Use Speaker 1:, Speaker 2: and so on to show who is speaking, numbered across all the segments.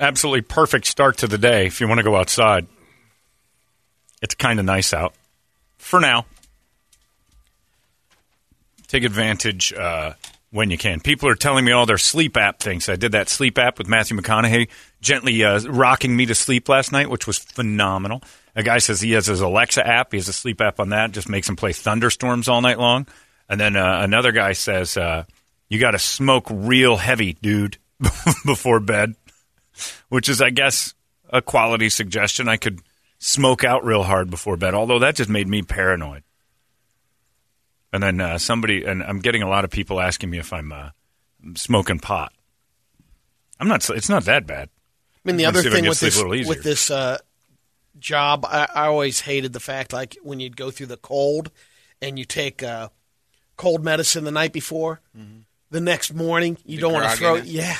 Speaker 1: absolutely perfect start to the day if you want to go outside. It's kind of nice out for now. Take advantage uh, when you can. People are telling me all their sleep app things. I did that sleep app with Matthew McConaughey, gently uh, rocking me to sleep last night, which was phenomenal. A guy says he has his Alexa app. He has a sleep app on that, just makes him play thunderstorms all night long. And then uh, another guy says, uh, "You got to smoke real heavy, dude, before bed." which is, I guess, a quality suggestion. I could smoke out real hard before bed, although that just made me paranoid. And then uh, somebody, and I'm getting a lot of people asking me if I'm uh, smoking pot. I'm not. It's not that bad.
Speaker 2: I mean, the
Speaker 1: Let's
Speaker 2: other
Speaker 1: see if I
Speaker 2: thing
Speaker 1: can
Speaker 2: with
Speaker 1: sleep a
Speaker 2: this
Speaker 1: little easier.
Speaker 2: with this uh, job, I, I always hated the fact like when you'd go through the cold and you take uh, cold medicine the night before,
Speaker 1: Mm-hmm.
Speaker 2: the next morning you
Speaker 3: The
Speaker 2: don't want to throw.
Speaker 3: grogginess.
Speaker 2: Yeah,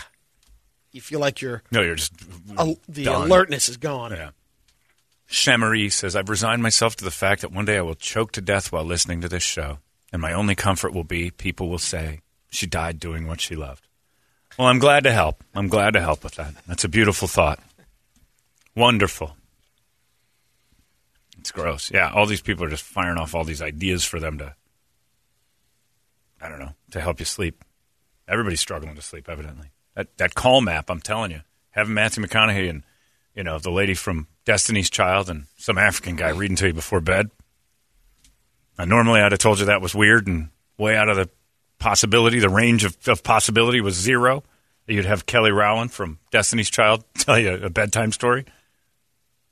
Speaker 2: you feel like your
Speaker 1: No, you're just
Speaker 2: al- the
Speaker 1: Mm-hmm. done.
Speaker 2: alertness is gone.
Speaker 1: Yeah. Shamaree says, I've resigned myself to the fact that one day I will choke to death while listening to this show, and my only comfort will be people will say she died doing what she loved. Well, I'm glad to help. I'm glad to help with that. That's a beautiful thought. Wonderful. It's gross. Yeah, all these people are just firing off all these ideas for them to, I don't know, to help you sleep. Everybody's struggling to sleep, evidently. That that call map, I'm telling you, having Matthew McConaughey and you know the lady from Destiny's Child and some African guy reading to you before bed. Now, normally, I'd have told you that was weird and way out of the possibility. The range of, of possibility was zero. You'd have Kelly Rowland from Destiny's Child tell you a bedtime story.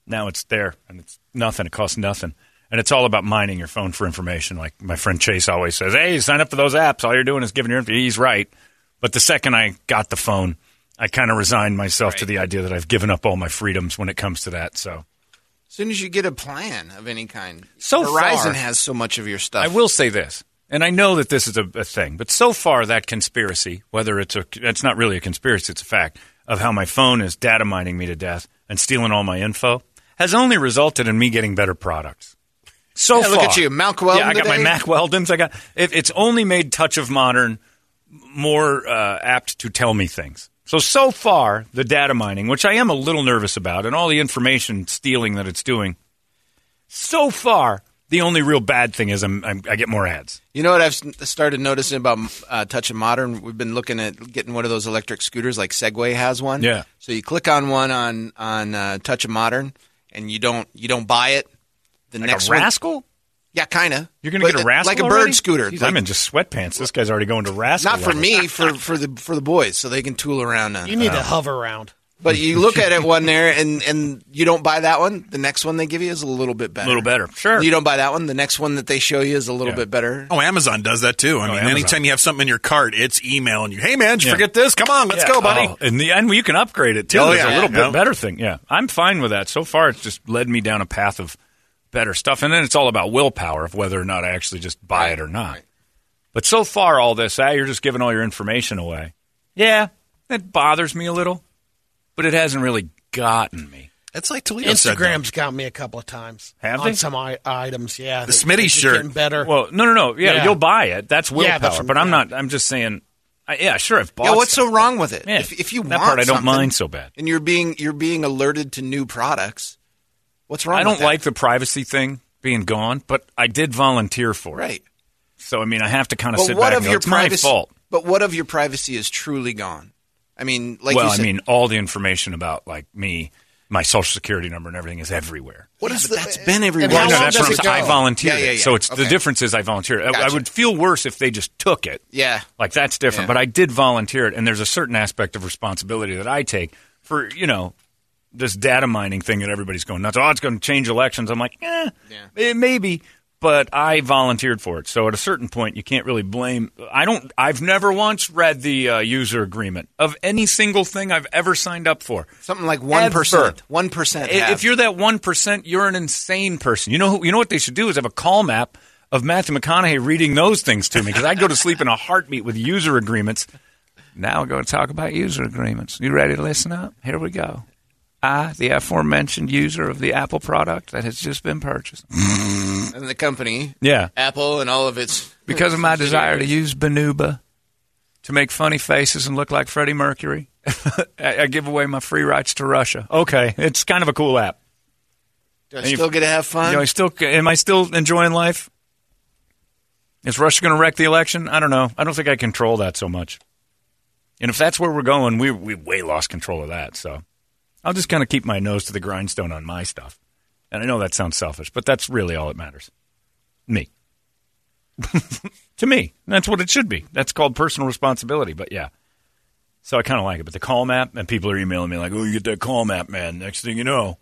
Speaker 1: Now it's there, and it's nothing. It costs nothing. And it's all about mining your phone for information. Like my friend Chase always says, hey, sign up for those apps. All you're doing is giving your info. He's right. But the second I got the phone, I kind of resigned myself to the idea that I've given up all my freedoms when it comes to that. So
Speaker 3: As soon as you get a plan of any kind,
Speaker 1: So
Speaker 3: Verizon
Speaker 1: far-
Speaker 3: has so much of your stuff.
Speaker 1: I will say this, and I know that this is a, a thing, but so far that conspiracy, whether it's a, it's not really a conspiracy, it's a fact of how my phone is data mining me to death and stealing all my info, has only resulted in me getting better products. So
Speaker 3: Yeah,
Speaker 1: far,
Speaker 3: look at you, Malk Weldon
Speaker 1: Yeah, I got my
Speaker 3: today.
Speaker 1: Mac Weldons. I got. It, it's only made Touch of Modern more uh, apt to tell me things. So so far, the data mining, which I am a little nervous about, and all the information stealing that it's doing, so far, the only real bad thing is I'm, I'm, I get more ads.
Speaker 3: You know what I've s- started noticing about uh, Touch of Modern? We've been looking at getting one of those electric scooters, like Segway has one.
Speaker 1: Yeah.
Speaker 3: So you click on one on on uh, Touch of Modern, and you don't you don't buy it. The
Speaker 1: Like
Speaker 3: next
Speaker 1: a
Speaker 3: one-
Speaker 1: rascal?
Speaker 3: yeah, kind of.
Speaker 1: You're going to get a rascal
Speaker 3: like a bird
Speaker 1: already?
Speaker 3: scooter.
Speaker 1: Jeez,
Speaker 3: like-
Speaker 1: I'm in just sweatpants. This guy's already going to rascal.
Speaker 3: not for
Speaker 1: levels.
Speaker 3: me, for for the for the boys, so they can tool around on.
Speaker 2: You
Speaker 3: it.
Speaker 2: need to hover around.
Speaker 3: But you look at it one there, and and you don't buy that one. The next one they give you is a little bit better.
Speaker 1: A little better. Sure.
Speaker 3: You don't buy that one. The next one that they show you is a little
Speaker 1: Yeah.
Speaker 3: bit better.
Speaker 4: Oh, Amazon does that too. I mean,
Speaker 1: Amazon.
Speaker 4: anytime you have something in your cart, it's emailing you. Hey, man, did you
Speaker 1: Yeah.
Speaker 4: forget this? Come on, let's
Speaker 1: Yeah.
Speaker 4: go, buddy.
Speaker 1: Oh, in the end, you can upgrade it too.
Speaker 4: Oh,
Speaker 1: There's
Speaker 4: yeah.
Speaker 1: a little
Speaker 4: Yeah.
Speaker 1: bit better thing. Yeah, I'm fine with that. So far, it's just led me down a path of better stuff, and then it's all about willpower of whether or not I actually just buy it or not. But so far, all this, ah, you're just giving all your information away. Yeah, that bothers me a little, but it hasn't really gotten me.
Speaker 4: It's like Toledo said, though.
Speaker 2: Instagram's got me a couple of times
Speaker 1: Have
Speaker 2: on
Speaker 1: they?
Speaker 2: some I- items. Yeah,
Speaker 4: The
Speaker 2: they-
Speaker 4: Smitty
Speaker 2: they're
Speaker 4: shirt.
Speaker 2: getting better.
Speaker 1: Well, no, no, no. Yeah,
Speaker 2: Yeah.
Speaker 1: you'll buy it. That's willpower.
Speaker 2: Yeah, that's-
Speaker 1: but I'm
Speaker 2: yeah.
Speaker 1: not. I'm just saying. I, yeah, sure. I've bought.
Speaker 3: Yeah, what's
Speaker 1: stuff.
Speaker 3: so wrong with it?
Speaker 1: Oh, Yeah.
Speaker 3: If, if you
Speaker 1: That
Speaker 3: want
Speaker 1: part I don't
Speaker 3: something
Speaker 1: mind so bad.
Speaker 3: and you're being you're being alerted to new products, what's wrong?
Speaker 1: I
Speaker 3: with
Speaker 1: don't
Speaker 3: that?
Speaker 1: like the privacy thing being gone, but I did volunteer for it.
Speaker 3: right.
Speaker 1: So I mean, I have to kind of
Speaker 3: But
Speaker 1: sit
Speaker 3: what
Speaker 1: back.
Speaker 3: of
Speaker 1: and go,
Speaker 3: your
Speaker 1: it's
Speaker 3: privacy?
Speaker 1: my fault.
Speaker 3: But what of your privacy is truly gone? I mean, like
Speaker 1: well,
Speaker 3: you said,
Speaker 1: I mean, all the information about like me, my social security number, and everything is everywhere.
Speaker 3: what is the, that's been everywhere.
Speaker 2: How
Speaker 1: Well, no,
Speaker 2: long
Speaker 1: that's
Speaker 2: does
Speaker 1: from
Speaker 2: it go?
Speaker 1: I volunteered.
Speaker 3: Yeah, yeah,
Speaker 1: it.
Speaker 3: yeah.
Speaker 1: So it's the
Speaker 3: Okay.
Speaker 1: difference is I volunteered. I- I,
Speaker 3: Gotcha.
Speaker 1: would feel worse if they just took it.
Speaker 3: Yeah.
Speaker 1: like that's different.
Speaker 3: Yeah.
Speaker 1: But I did volunteer it, and there's a certain aspect of responsibility that I take for you know this data mining thing that everybody's going nuts. Oh, it's going to change elections. I'm like, eh,
Speaker 3: Yeah.
Speaker 1: it maybe. but I volunteered for it. So at a certain point, you can't really blame. I don't. I've never once read the uh, user agreement of any single thing I've ever signed up for.
Speaker 3: Something like 1%.
Speaker 1: Ever.
Speaker 3: 1%
Speaker 1: I-
Speaker 3: have.
Speaker 1: If you're that one percent, you're an insane person. You know. who- You know what they should do is have a call map of Matthew McConaughey reading those things to me because I'd go to sleep in a heartbeat with user agreements. Now we're going to talk about user agreements. You ready to listen up? Here we go. I, the aforementioned user of the Apple product that has just been purchased.
Speaker 3: and the company,
Speaker 1: Yeah.
Speaker 3: Apple and all of its
Speaker 1: Because of my desire to use Banuba to make funny faces and look like Freddie Mercury, I, I give away my free rights to Russia. Okay, it's kind of a cool app.
Speaker 3: Do I still get to have fun.
Speaker 1: You know, I still am I still enjoying life? Is Russia going to wreck the election? I don't know. I don't think I control that so much. And if that's where we're going, we we way lost control of that. So I'll just kind of keep my nose to the grindstone on my stuff. And I know that sounds selfish, but that's really all that matters. Me. to me, that's what it should be. That's called personal responsibility. But yeah. So I kind of like it. But the call map, and people are emailing me like, oh, you get that call map, man. Next thing you know,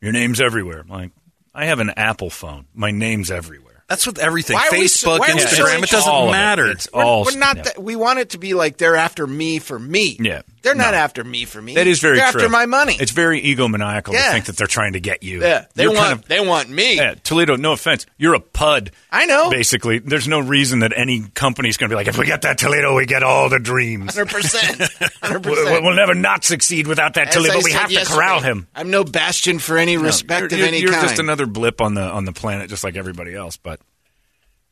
Speaker 1: your name's everywhere. I'm like, I have an Apple phone. My name's everywhere.
Speaker 4: That's with everything.
Speaker 3: Why are we so-
Speaker 4: Facebook,
Speaker 3: why are we so
Speaker 4: Instagram. It doesn't
Speaker 1: All of
Speaker 4: matter.
Speaker 1: It. It's all.
Speaker 3: we're not
Speaker 1: yeah.
Speaker 3: that, we want it to be like they're after me for me.
Speaker 1: Yeah.
Speaker 3: They're not
Speaker 1: No.
Speaker 3: after me for me.
Speaker 1: That is very
Speaker 3: They're
Speaker 1: true.
Speaker 3: after my money.
Speaker 1: It's very egomaniacal to
Speaker 3: Yeah.
Speaker 1: think that they're trying to get you.
Speaker 3: yeah, they
Speaker 1: You're
Speaker 3: want
Speaker 1: kind of-
Speaker 3: they want me.
Speaker 1: Yeah, Toledo, no offense. You're a PUD.
Speaker 3: I know.
Speaker 1: Basically, there's no reason that any company's going to be like, if we get that Toledo, we get all the dreams.
Speaker 3: 100%. 100%.
Speaker 1: We'll, we'll never not succeed without that
Speaker 3: As
Speaker 1: Toledo.
Speaker 3: I
Speaker 1: but we
Speaker 3: said
Speaker 1: have to
Speaker 3: yesterday,
Speaker 1: corral him.
Speaker 3: I'm no bastion for any respect
Speaker 1: you're,
Speaker 3: of
Speaker 1: you're-
Speaker 3: any
Speaker 1: you're
Speaker 3: kind.
Speaker 1: just another blip on the on the planet, just like everybody else. But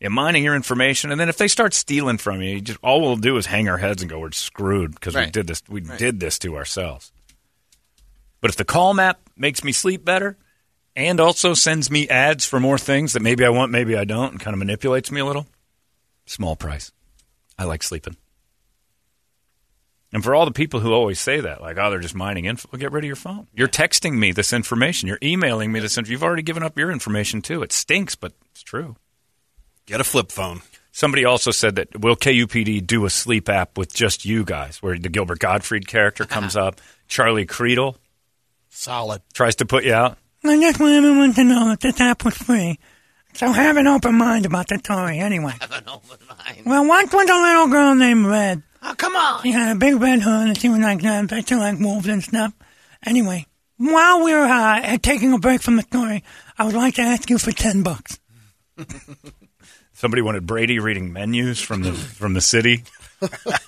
Speaker 1: yeah, mining your information, and then if they start stealing from you, you just all we'll do is hang our heads and go, "We're screwed" because we
Speaker 3: Right.
Speaker 1: did this. We did this to ourselves. But if the call map makes me sleep better, and also sends me ads for more things that maybe I want, maybe I don't, and kind of manipulates me a little, small price. I like sleeping. And for all the people who always say that, like, oh, they're just mining info, well, get rid of your phone. You're texting me this information. You're emailing me this info. You've already given up your information, too. It stinks, but it's true.
Speaker 4: Get a flip phone.
Speaker 1: Somebody also said that will KUPD do a sleep app with just you guys, where the Gilbert Gottfried character comes up, Charlie Creedle
Speaker 2: Solid.
Speaker 1: tries to put you out.
Speaker 5: I just wanted want to know that this app was free. So have an open mind about the toy anyway. Have an open mind. Well, once was a little girl named Red.
Speaker 3: oh, come on.
Speaker 5: She had a big red hood and she was like that, but she liked wolves and stuff. Anyway, while we were uh, taking a break from the story, I would like to ask you for 10 bucks.
Speaker 1: Somebody wanted Brady reading menus from the from the city.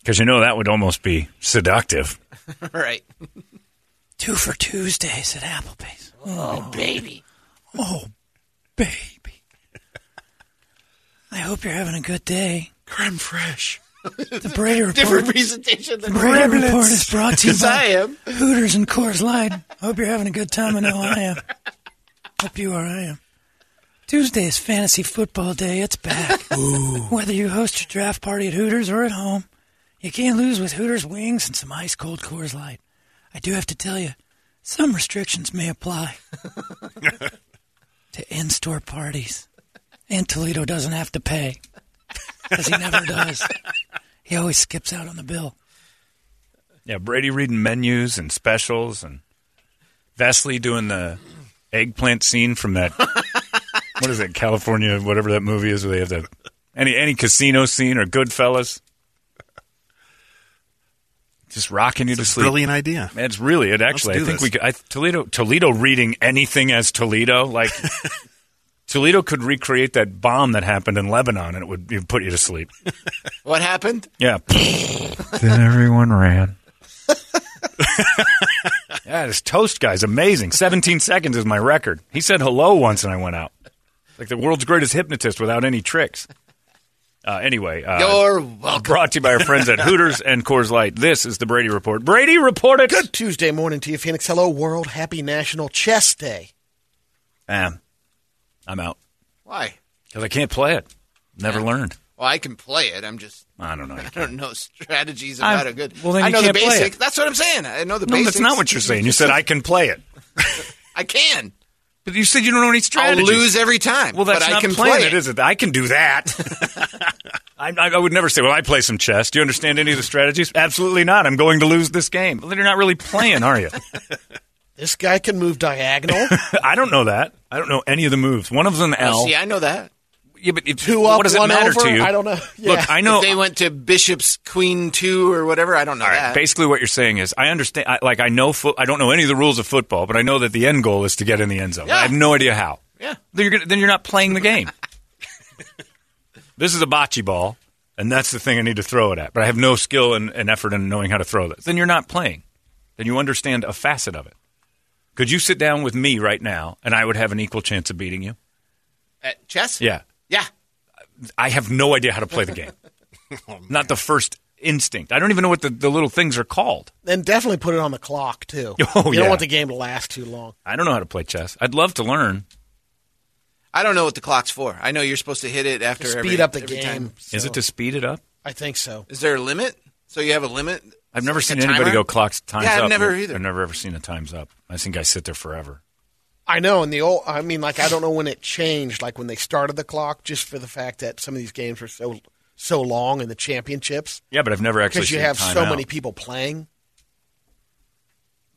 Speaker 1: Because you know that would almost be seductive.
Speaker 3: All right.
Speaker 5: Two for Tuesdays at Applebee's.
Speaker 3: Oh, baby.
Speaker 5: Oh, baby. I hope you're having a good day.
Speaker 4: Creme fraiche.
Speaker 5: The Brady Report.
Speaker 3: Different presentation than
Speaker 5: Brady Report is brought to you
Speaker 3: Yes, I
Speaker 5: by
Speaker 3: am.
Speaker 5: Hooters and Coors Light. Hope you're having a good time. I know I am. Hope you are. I am. Tuesday is fantasy football day. It's back. Whether you host your draft party at Hooters or at home, you can't lose with Hooters wings and some ice cold Coors Light. I do have to tell you, some restrictions may apply to in store parties. And Toledo doesn't have to pay because he never does. He always skips out on the bill.
Speaker 1: Yeah, Brady reading menus and specials, and Vesley doing the eggplant scene from that. what is it, California? Whatever that movie is, where they have the any any casino scene or Goodfellas. Just rocking you to sleep.
Speaker 4: Brilliant idea.
Speaker 1: It's really it. Actually, I
Speaker 4: do
Speaker 1: think
Speaker 4: this.
Speaker 1: we could. I, Toledo Toledo reading anything as Toledo like. Toledo could recreate that bomb that happened in Lebanon, and it would it'd put you to sleep.
Speaker 3: What happened?
Speaker 1: Yeah. then everyone ran. yeah, this toast guy's amazing. 17 seconds is my record. He said hello once and I went out. Like the world's greatest hypnotist without any tricks. Uh, anyway, uh,
Speaker 3: You're welcome.
Speaker 1: brought to you by our friends at Hooters and Coors Light. This is the Brady Report. Brady Report it.
Speaker 2: Good Tuesday morning to you, Phoenix. Hello, world. Happy National Chess Day.
Speaker 1: Bam. I'm out
Speaker 3: Why?
Speaker 1: because I can't play it. Never learned.
Speaker 3: Well, I can play it. I'm just.
Speaker 1: I don't know. You
Speaker 3: I
Speaker 1: can't.
Speaker 3: don't know strategies about
Speaker 1: I'm-
Speaker 3: a good.
Speaker 1: well, then
Speaker 3: I
Speaker 1: you
Speaker 3: know
Speaker 1: can't
Speaker 3: the
Speaker 1: play
Speaker 3: basics.
Speaker 1: it.
Speaker 3: That's what I'm saying. I know the
Speaker 1: No,
Speaker 3: basics.
Speaker 1: that's not what you're saying. You said I can play it,
Speaker 3: I can.
Speaker 1: but you said you don't know any strategies.
Speaker 3: I'll lose every time.
Speaker 1: Well, that's
Speaker 3: but
Speaker 1: not
Speaker 3: I can
Speaker 1: playing
Speaker 3: play
Speaker 1: it, is it? I can do that. I, I I would never say, well, I play some chess. Do you understand any of the strategies? Absolutely not. I'm going to lose this game. Well, then you're not really playing, are you?
Speaker 2: This guy can move diagonal.
Speaker 1: I don't know that. I don't know any of the moves. One of them's an L.
Speaker 3: See, I know that.
Speaker 1: yeah, but it,
Speaker 2: Two up,
Speaker 1: what does it
Speaker 2: one
Speaker 1: matter
Speaker 2: over.
Speaker 1: to you?
Speaker 2: I don't know. Yeah.
Speaker 1: Look, I know.
Speaker 3: If they went to Bishop's Queen two or whatever. I don't know
Speaker 1: All right.
Speaker 3: that.
Speaker 1: Basically, what you're saying is, I understand. I, like, I know. Fo- I don't know any of the rules of football, but I know that the end goal is to get in the end zone.
Speaker 3: Yeah.
Speaker 1: I have no idea how.
Speaker 3: Yeah.
Speaker 1: Then you're, gonna, then you're not playing the game. this is a bocce ball, and that's the thing I need to throw it at. But I have no skill and, and effort in knowing how to throw this. Then you're not playing. Then you understand a facet of it. Could you sit down with me right now, and I would have an equal chance of beating you?
Speaker 3: At chess.
Speaker 1: Yeah.
Speaker 3: Yeah.
Speaker 1: I have no idea how to play the game.
Speaker 3: Oh,
Speaker 1: not the first instinct. I don't even know what the, the little things are called.
Speaker 2: and definitely put it on the clock too.
Speaker 1: Oh,
Speaker 2: you
Speaker 1: yeah.
Speaker 2: don't want the game to last too long.
Speaker 1: I don't know how to play chess. I'd love to learn.
Speaker 3: I don't know what the clock's for. I know you're supposed to hit it after
Speaker 2: Speed
Speaker 3: every-
Speaker 2: up the
Speaker 3: every
Speaker 2: game.
Speaker 3: Time.
Speaker 1: Is
Speaker 2: so-
Speaker 1: it to speed it up?
Speaker 2: I think so.
Speaker 3: Is there a limit? So you have a limit.
Speaker 1: I've never
Speaker 3: Like a
Speaker 1: seen anybody
Speaker 3: timer?
Speaker 1: go clocks times
Speaker 3: Yeah, I've
Speaker 1: up.
Speaker 3: never either.
Speaker 1: I've never ever seen a times up. I think I sit there forever.
Speaker 2: I know. And the old, I mean, like I don't know when it changed. Like when they started the clock, just for the fact that some of these games were so so long in the championships
Speaker 1: Yeah, but I've never actually
Speaker 2: because you
Speaker 1: seen
Speaker 2: have
Speaker 1: time
Speaker 2: so
Speaker 1: out.
Speaker 2: many people playing.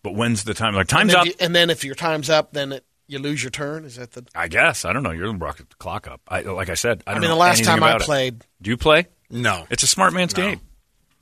Speaker 1: But when's the time? Like
Speaker 2: And
Speaker 1: times
Speaker 2: then
Speaker 1: up.
Speaker 2: you- and then if your time's up, then it, you lose your turn. Is that the?
Speaker 1: I guess I don't know. You're rocking the clock up. I, like I said, I
Speaker 2: I,
Speaker 1: don't
Speaker 2: mean,
Speaker 1: know
Speaker 2: the last
Speaker 1: anything
Speaker 2: time I
Speaker 1: about it.
Speaker 2: played,
Speaker 1: Do you play?
Speaker 4: No.
Speaker 1: It's a smart man's game.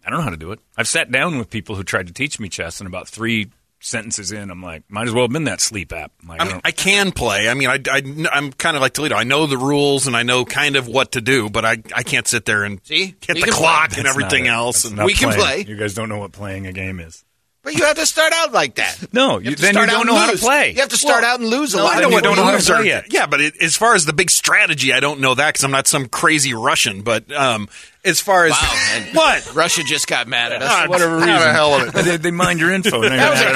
Speaker 1: I don't know how to do it. I've sat down with people who tried to teach me chess, and about three sentences in, I'm like, might as well have been that sleep app. I'm like,
Speaker 4: I
Speaker 1: I
Speaker 4: mean,
Speaker 1: don't-
Speaker 4: I can play. I mean, I, am kind of like Toledo. I know the rules and I know kind of what to do, but I, I can't sit there and
Speaker 3: See?
Speaker 4: hit
Speaker 3: We
Speaker 4: the
Speaker 3: can play.
Speaker 4: clock and
Speaker 1: That's not
Speaker 4: everything
Speaker 1: it.
Speaker 4: else.
Speaker 1: That's
Speaker 4: And
Speaker 1: not
Speaker 3: We can
Speaker 1: playing.
Speaker 3: play.
Speaker 1: You guys don't know what playing a game is.
Speaker 3: But you have to start out like that.
Speaker 1: No, you-
Speaker 3: have to
Speaker 1: then you
Speaker 3: start out
Speaker 1: don't
Speaker 3: and
Speaker 1: know how to
Speaker 3: lose.
Speaker 1: play.
Speaker 3: You have to start
Speaker 1: Well,
Speaker 3: out and lose a
Speaker 1: no,
Speaker 3: lot.
Speaker 1: I
Speaker 4: I
Speaker 1: know
Speaker 4: know
Speaker 1: what
Speaker 4: what
Speaker 1: don't know how to
Speaker 4: moves are.
Speaker 1: play yet.
Speaker 4: Yeah, but it, as far as the big strategy, I don't know that because I'm not some crazy Russian. But um, as far as
Speaker 3: Wow, man.
Speaker 4: what,
Speaker 3: Russia just got mad at us.
Speaker 4: Ah,
Speaker 1: whatever
Speaker 4: have a
Speaker 1: reason.
Speaker 4: hell of
Speaker 1: they, they mind your info.
Speaker 2: that was a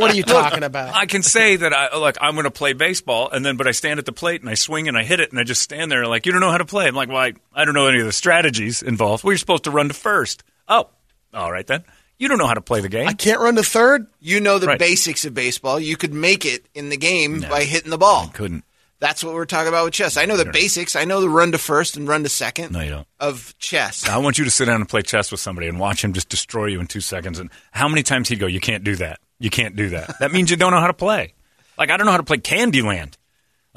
Speaker 2: what are you talking about?
Speaker 1: I can say that I like I'm going to play baseball, and then but I stand at the plate and I swing and I hit it, and I just stand there like you don't know how to play. I'm like, well, I, I don't know any of the strategies involved. Well, you're supposed to run to first. Oh, all right then. You don't know how to play the game.
Speaker 2: I can't run to third.
Speaker 3: You know the
Speaker 1: Right.
Speaker 3: basics of baseball. You could make it in the game by hitting the ball.
Speaker 1: I couldn't.
Speaker 3: That's what we're talking about with chess. I know the basics. I know the run to first and run to second.
Speaker 1: No, you don't.
Speaker 3: Of chess.
Speaker 1: I want you to sit down and play chess with somebody and watch him just destroy you in two seconds. And how many times he'd go, "You can't do that. You can't do that." That means you don't know how to play. Like I don't know how to play Candyland.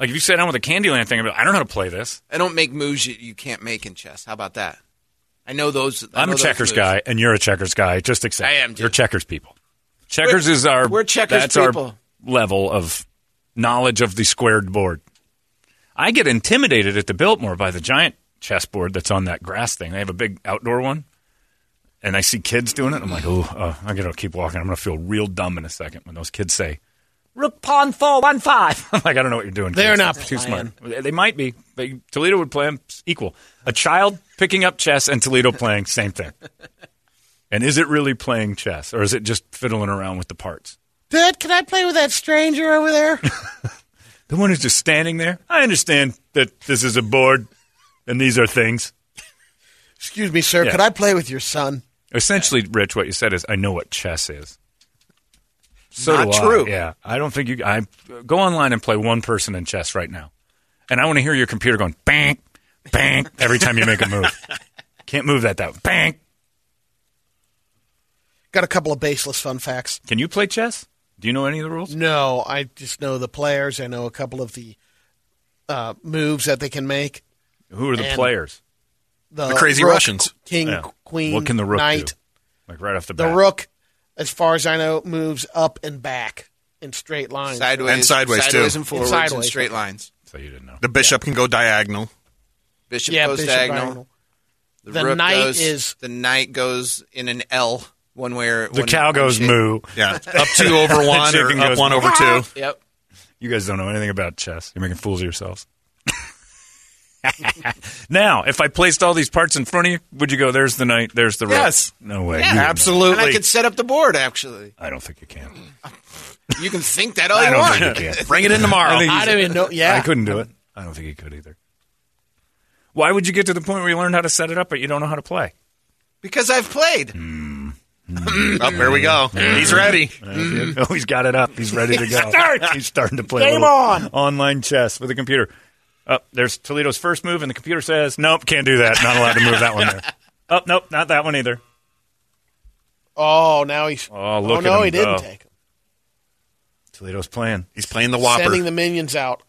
Speaker 1: Like if you sat down with a Candyland thing, I'd be like, I don't know how to play this.
Speaker 3: I don't make moves that you can't make in chess. How about that? I know those. I
Speaker 1: I'm
Speaker 3: know
Speaker 1: a
Speaker 3: those
Speaker 1: checkers
Speaker 3: moves.
Speaker 1: guy, and you're a checkers guy. Just accept.
Speaker 3: I
Speaker 1: it.
Speaker 3: am, too.
Speaker 1: You're checkers people. Checkers is our
Speaker 3: we're checkers
Speaker 1: That's
Speaker 3: people.
Speaker 1: our level of knowledge of the squared board. I get intimidated at the Biltmore by the giant chessboard that's on that grass thing. They have a big outdoor one, and I see kids doing it. and I'm like, oh, uh, I gotta keep walking. I'm gonna feel real dumb in a second when those kids say rook pawn four one five. I'm like, I don't know what you're doing.
Speaker 2: They're
Speaker 1: kids.
Speaker 2: not
Speaker 1: It's too smart.
Speaker 2: playing.
Speaker 1: They might be. But Toledo would play them equal. A child picking up chess and Toledo playing same thing. And is it really playing chess, or is it just fiddling around with the parts?
Speaker 2: Dad, can I play with that stranger over there?
Speaker 1: The one who's just standing there. I understand that this is a board, and these are things.
Speaker 2: Excuse me, sir.
Speaker 1: Yeah.
Speaker 2: Could I play with your son?
Speaker 1: Essentially, Rich, what you said is, I know what chess is. So
Speaker 3: Not
Speaker 1: do I.
Speaker 3: true.
Speaker 1: Yeah, I don't think you. I go online and play one person in chess right now, and I want to hear your computer going bang, bang every time you make a move. Can't move that that bang.
Speaker 2: Got a couple of baseless fun facts.
Speaker 1: Can you play chess? Do you know any of the rules?
Speaker 2: No, I just know the players. I know a couple of the uh, moves that they can make.
Speaker 1: Who are the
Speaker 2: And-
Speaker 1: players?
Speaker 4: The crazy
Speaker 2: rook,
Speaker 4: Russians.
Speaker 2: king,
Speaker 1: Yeah.
Speaker 2: queen,
Speaker 1: What can the rook
Speaker 2: knight.
Speaker 1: do? Like right off the,
Speaker 2: The
Speaker 1: bat.
Speaker 2: rook, as far as I know, moves up and back in straight lines.
Speaker 3: Sideways.
Speaker 4: And sideways, too.
Speaker 3: sideways and forwards and,
Speaker 2: sideways.
Speaker 3: straight lines.
Speaker 1: So you didn't know.
Speaker 4: the bishop can go diagonal.
Speaker 3: Bishop
Speaker 2: Yeah,
Speaker 3: goes
Speaker 2: bishop
Speaker 3: diagonal.
Speaker 2: diagonal.
Speaker 3: The,
Speaker 2: The
Speaker 3: rook
Speaker 2: knight
Speaker 3: goes,
Speaker 2: is-
Speaker 3: the knight goes in an L one way. Or
Speaker 1: The
Speaker 3: one,
Speaker 1: cow
Speaker 3: one
Speaker 1: goes
Speaker 3: shape.
Speaker 1: moo.
Speaker 4: Yeah, up two over one or
Speaker 1: Chicken
Speaker 4: up
Speaker 1: goes-
Speaker 4: one over two.
Speaker 3: Yep.
Speaker 1: You guys don't know anything about chess. You're making fools of yourselves. now, if I placed all these parts in front of you, would you go, there's the knight, there's the rook?
Speaker 4: Yes.
Speaker 1: No way.
Speaker 3: Yeah.
Speaker 1: You would know.
Speaker 4: Absolutely.
Speaker 3: And I could set up the board. Actually,
Speaker 1: I don't think you can.
Speaker 3: you can think that all
Speaker 1: I
Speaker 3: you
Speaker 1: don't
Speaker 3: want.
Speaker 1: think you can.
Speaker 4: Bring it in tomorrow.
Speaker 1: think
Speaker 2: I don't even know. Yeah,
Speaker 1: I couldn't do it. I don't think you could either. Why would you get to the point where you learned how to set it up, but you don't know how to play?
Speaker 3: Because I've played.
Speaker 1: Hmm.
Speaker 4: Oh, there we go. He's ready.
Speaker 3: Mm-hmm.
Speaker 1: Oh, he's got it up. He's ready to go. He's starting to play. a little Online chess with a computer. Oh, there's Toledo's first move, and the computer says, "Nope, can't do that. Not allowed to move that one there." Oh, nope, not that one either.
Speaker 2: Oh, now he's.
Speaker 1: Oh, look at
Speaker 2: no,
Speaker 1: him
Speaker 2: he didn't
Speaker 1: go.
Speaker 2: take him.
Speaker 1: Toledo's playing.
Speaker 4: He's playing the whopper.
Speaker 2: Sending the minions out.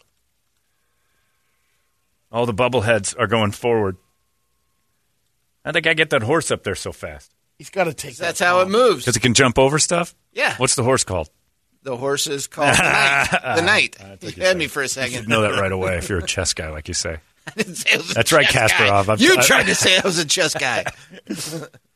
Speaker 1: All the bubbleheads are going forward. How would the guy get that horse up there so fast?
Speaker 2: He's got to take.
Speaker 3: That's
Speaker 2: that
Speaker 3: how it
Speaker 2: bomb.
Speaker 3: moves.
Speaker 1: Because it can jump over stuff?
Speaker 3: Yeah.
Speaker 1: What's the horse called?
Speaker 3: The horse is called the knight. The knight. You had me for a second.
Speaker 1: Know that right away if you're a chess guy, like you say.
Speaker 3: I didn't say I was a
Speaker 1: That's right,
Speaker 3: chess guy.
Speaker 1: Kasparov. I've-
Speaker 3: You
Speaker 1: I-
Speaker 3: tried to say I was a chess guy.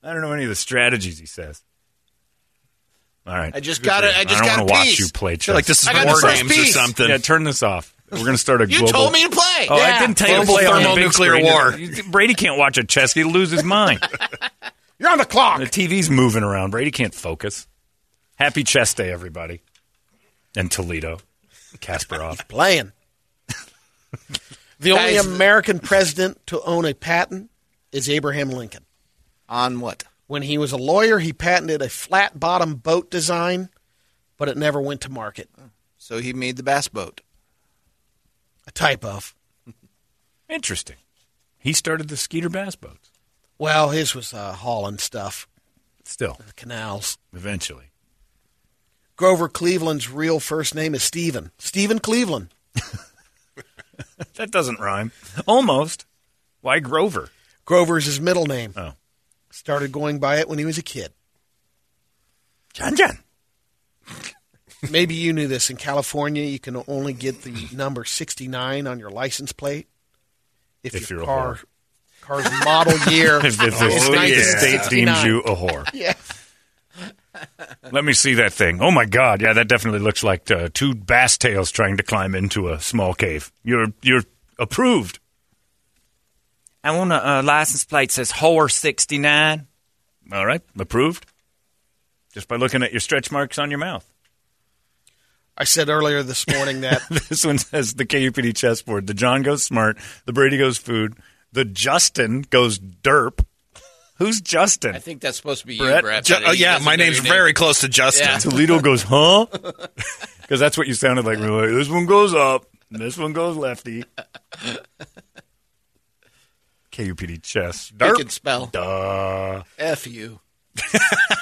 Speaker 1: I don't know any of the strategies he says. All right.
Speaker 3: I just got it. I just
Speaker 1: don't
Speaker 3: got
Speaker 1: wanna
Speaker 3: a
Speaker 1: watch
Speaker 3: piece.
Speaker 1: you play
Speaker 4: I
Speaker 1: chess.
Speaker 4: feel like this is
Speaker 3: I got
Speaker 4: war
Speaker 3: the first
Speaker 4: games or
Speaker 3: piece.
Speaker 4: something.
Speaker 1: yeah, turn this off. We're going to start a
Speaker 3: You
Speaker 1: global.
Speaker 3: told me to play.
Speaker 1: Oh,
Speaker 3: Yeah.
Speaker 1: I didn't tell you to
Speaker 4: Global
Speaker 1: play on the big
Speaker 4: thermonuclear
Speaker 1: screen.
Speaker 4: war.
Speaker 1: You- Brady can't watch a chess. He lose his mind.
Speaker 2: You're on the clock.
Speaker 1: the TV's moving around. Brady can't focus. Happy chess day, everybody. And Toledo, Kasparov.
Speaker 2: Playing. the only
Speaker 3: Guys-
Speaker 2: American president to own a patent is Abraham Lincoln.
Speaker 3: On what?
Speaker 2: When he was a lawyer, he patented a flat bottom boat design, but it never went to market.
Speaker 3: So he made the bass boat.
Speaker 2: A type of.
Speaker 1: Interesting. He started the Skeeter bass boats.
Speaker 2: Well, his was uh, hauling stuff,
Speaker 1: Still,
Speaker 2: canals.
Speaker 1: eventually.
Speaker 2: Grover Cleveland's real first name is Stephen. Stephen Cleveland.
Speaker 1: That doesn't rhyme. Almost. Why Grover?
Speaker 2: Grover's his middle name.
Speaker 1: Oh.
Speaker 2: Started going by it when he was a kid.
Speaker 1: John John.
Speaker 2: Maybe you knew this. In California, you can only get the number 69 on your license plate if,
Speaker 1: If
Speaker 2: your
Speaker 1: you're a
Speaker 2: car, car's model year
Speaker 1: If, if the
Speaker 2: is
Speaker 1: state, the state
Speaker 2: 1969.
Speaker 1: deems you a whore.
Speaker 2: Oh, Yeah.
Speaker 1: Let me see that thing. Oh my God! Yeah, that definitely looks like uh, two bass tails trying to climb into a small cave. You're you're approved. I want a uh, license plate says whore sixty nine. All right, approved. Just by looking at your stretch marks on your mouth.
Speaker 2: I said earlier this morning that
Speaker 1: This one says the KUPD chessboard. The John goes smart. The Brady goes food. The Justin goes derp. Who's Justin?
Speaker 3: I think that's supposed to be you,
Speaker 1: Brett?
Speaker 3: Brett.
Speaker 4: Ju-
Speaker 3: but
Speaker 4: oh,
Speaker 3: he
Speaker 4: yeah,
Speaker 3: doesn't
Speaker 4: my
Speaker 3: know
Speaker 4: name's
Speaker 3: your name.
Speaker 4: very close to Justin.
Speaker 3: Yeah.
Speaker 1: Toledo goes, huh? Because that's what you sounded like. We were like, this one goes up, and this one goes lefty. KUPD chess.
Speaker 3: You
Speaker 1: Derp.
Speaker 3: can spell.
Speaker 1: Duh.
Speaker 3: F you.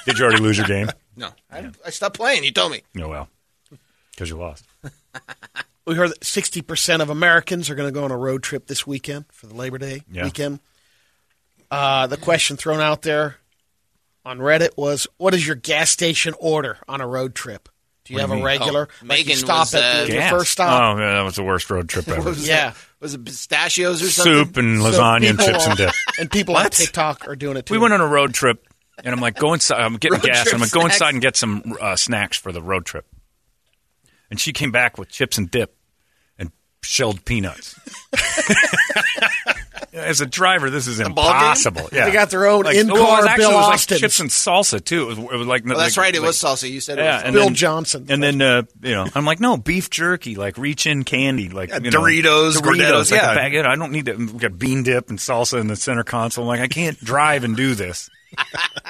Speaker 1: Did you already lose your game?
Speaker 3: No, I, I stopped playing. You told me.
Speaker 1: No, well, because you lost.
Speaker 2: we heard that 60% of Americans are going to go on a road trip this weekend for the Labor Day
Speaker 1: Yeah.
Speaker 2: weekend. Uh, the question thrown out there on Reddit was, "What is your gas station order on a road trip? Do you have a regular?
Speaker 3: Oh,
Speaker 2: like you
Speaker 3: Megan
Speaker 2: stop
Speaker 3: was,
Speaker 2: at
Speaker 3: uh,
Speaker 2: your
Speaker 1: Gas.
Speaker 2: first stop?
Speaker 1: Oh, yeah, that was the worst road trip ever.
Speaker 3: Was
Speaker 2: Yeah.
Speaker 3: it- was it pistachios or something?
Speaker 1: Soup and
Speaker 2: So
Speaker 1: lasagna and
Speaker 2: people
Speaker 1: chips and
Speaker 2: on-
Speaker 1: dip.
Speaker 2: And people on TikTok are doing it too.
Speaker 1: We went on a road trip, and I'm like, go inside. I'm getting
Speaker 3: Road
Speaker 1: gas.
Speaker 3: trip
Speaker 1: I'm like, go
Speaker 3: snacks.
Speaker 1: inside and get some uh, snacks for the road trip. And she came back with chips and dip and shelled peanuts. As a driver, this is
Speaker 3: ball game?
Speaker 1: impossible. Yeah.
Speaker 2: They got their own
Speaker 1: well, it was
Speaker 2: in-car
Speaker 1: actually-
Speaker 2: Bill
Speaker 1: it was
Speaker 2: Austins.
Speaker 1: Like chips and salsa too. It was, it was like
Speaker 3: Oh, that's right. It
Speaker 1: like-
Speaker 3: was salsa. You said it
Speaker 1: Yeah,
Speaker 3: was.
Speaker 1: and
Speaker 3: salsa.
Speaker 2: Bill
Speaker 1: then-
Speaker 2: Johnson.
Speaker 1: And then uh, you know, I'm like, no, beef jerky, like reach in candy, like
Speaker 4: Yeah,
Speaker 1: you know,
Speaker 4: Doritos, Gordettos,
Speaker 1: like
Speaker 4: yeah.
Speaker 1: a bag of- I don't need that. We've got bean dip and salsa in the center console. I'm like, I can't drive and do this.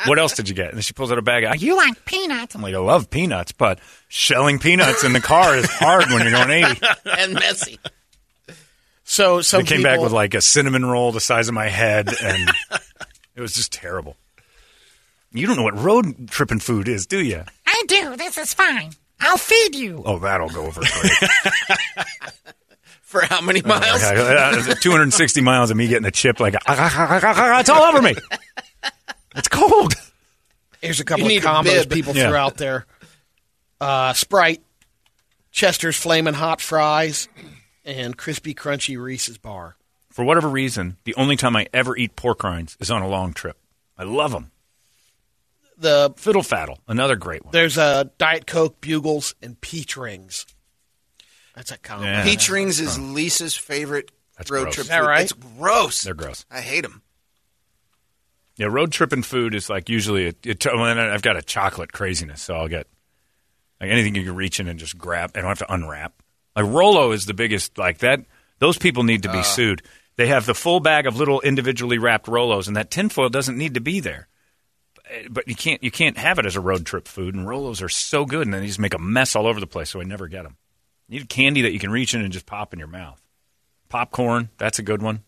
Speaker 1: what else did you get? And then she pulls out a bag. I, you want peanuts? I'm like, I love peanuts, but shelling peanuts in the car is hard when you're going 80.
Speaker 3: and messy.
Speaker 2: so
Speaker 1: They
Speaker 2: some
Speaker 1: came
Speaker 2: people,
Speaker 1: back with like a cinnamon roll the size of my head, and it was just terrible. You don't know what road tripping food is, do you?
Speaker 6: I do. This is fine. I'll feed you.
Speaker 1: Oh, that'll go over great.
Speaker 3: For how
Speaker 1: Oh,
Speaker 3: many miles?
Speaker 1: Yeah, yeah, 260 miles of me getting a chip like it's all over me. It's cold.
Speaker 2: here's a couple
Speaker 3: You
Speaker 2: of
Speaker 3: need a
Speaker 2: combos
Speaker 3: bib.
Speaker 2: people
Speaker 1: Yeah.
Speaker 2: threw out there: uh, Sprite, Chester's Flamin' Hot Fries, and crispy crunchy Reese's bar.
Speaker 1: For whatever reason, the only time I ever eat pork rinds is on a long trip. I love them.
Speaker 2: The
Speaker 1: Fiddle faddle, another great one.
Speaker 2: there's uh, Diet Coke, Bugles, and peach rings. That's a combo.
Speaker 1: Yeah.
Speaker 3: Peach rings is Lisa's favorite
Speaker 1: That's
Speaker 3: road
Speaker 1: gross.
Speaker 3: trip.
Speaker 1: Is
Speaker 2: that
Speaker 3: food.
Speaker 2: right?
Speaker 3: It's gross.
Speaker 1: They're gross.
Speaker 3: I hate them.
Speaker 1: Yeah, road tripping food is like usually it, it, well, and I've got a chocolate craziness, so I'll get Like anything you can reach in and just grab. I don't have to unwrap. Like Rolo is the biggest. Like that. Those people need to be sued. They have the full bag of little individually wrapped Rolos, and that tinfoil doesn't need to be there. Eh, But you can't you can't have it as a road trip food. And Rolos are so good, and then they just make a mess all over the place. So I never get them. You need candy that you can reach in and just pop in your mouth. Popcorn, that's a good one.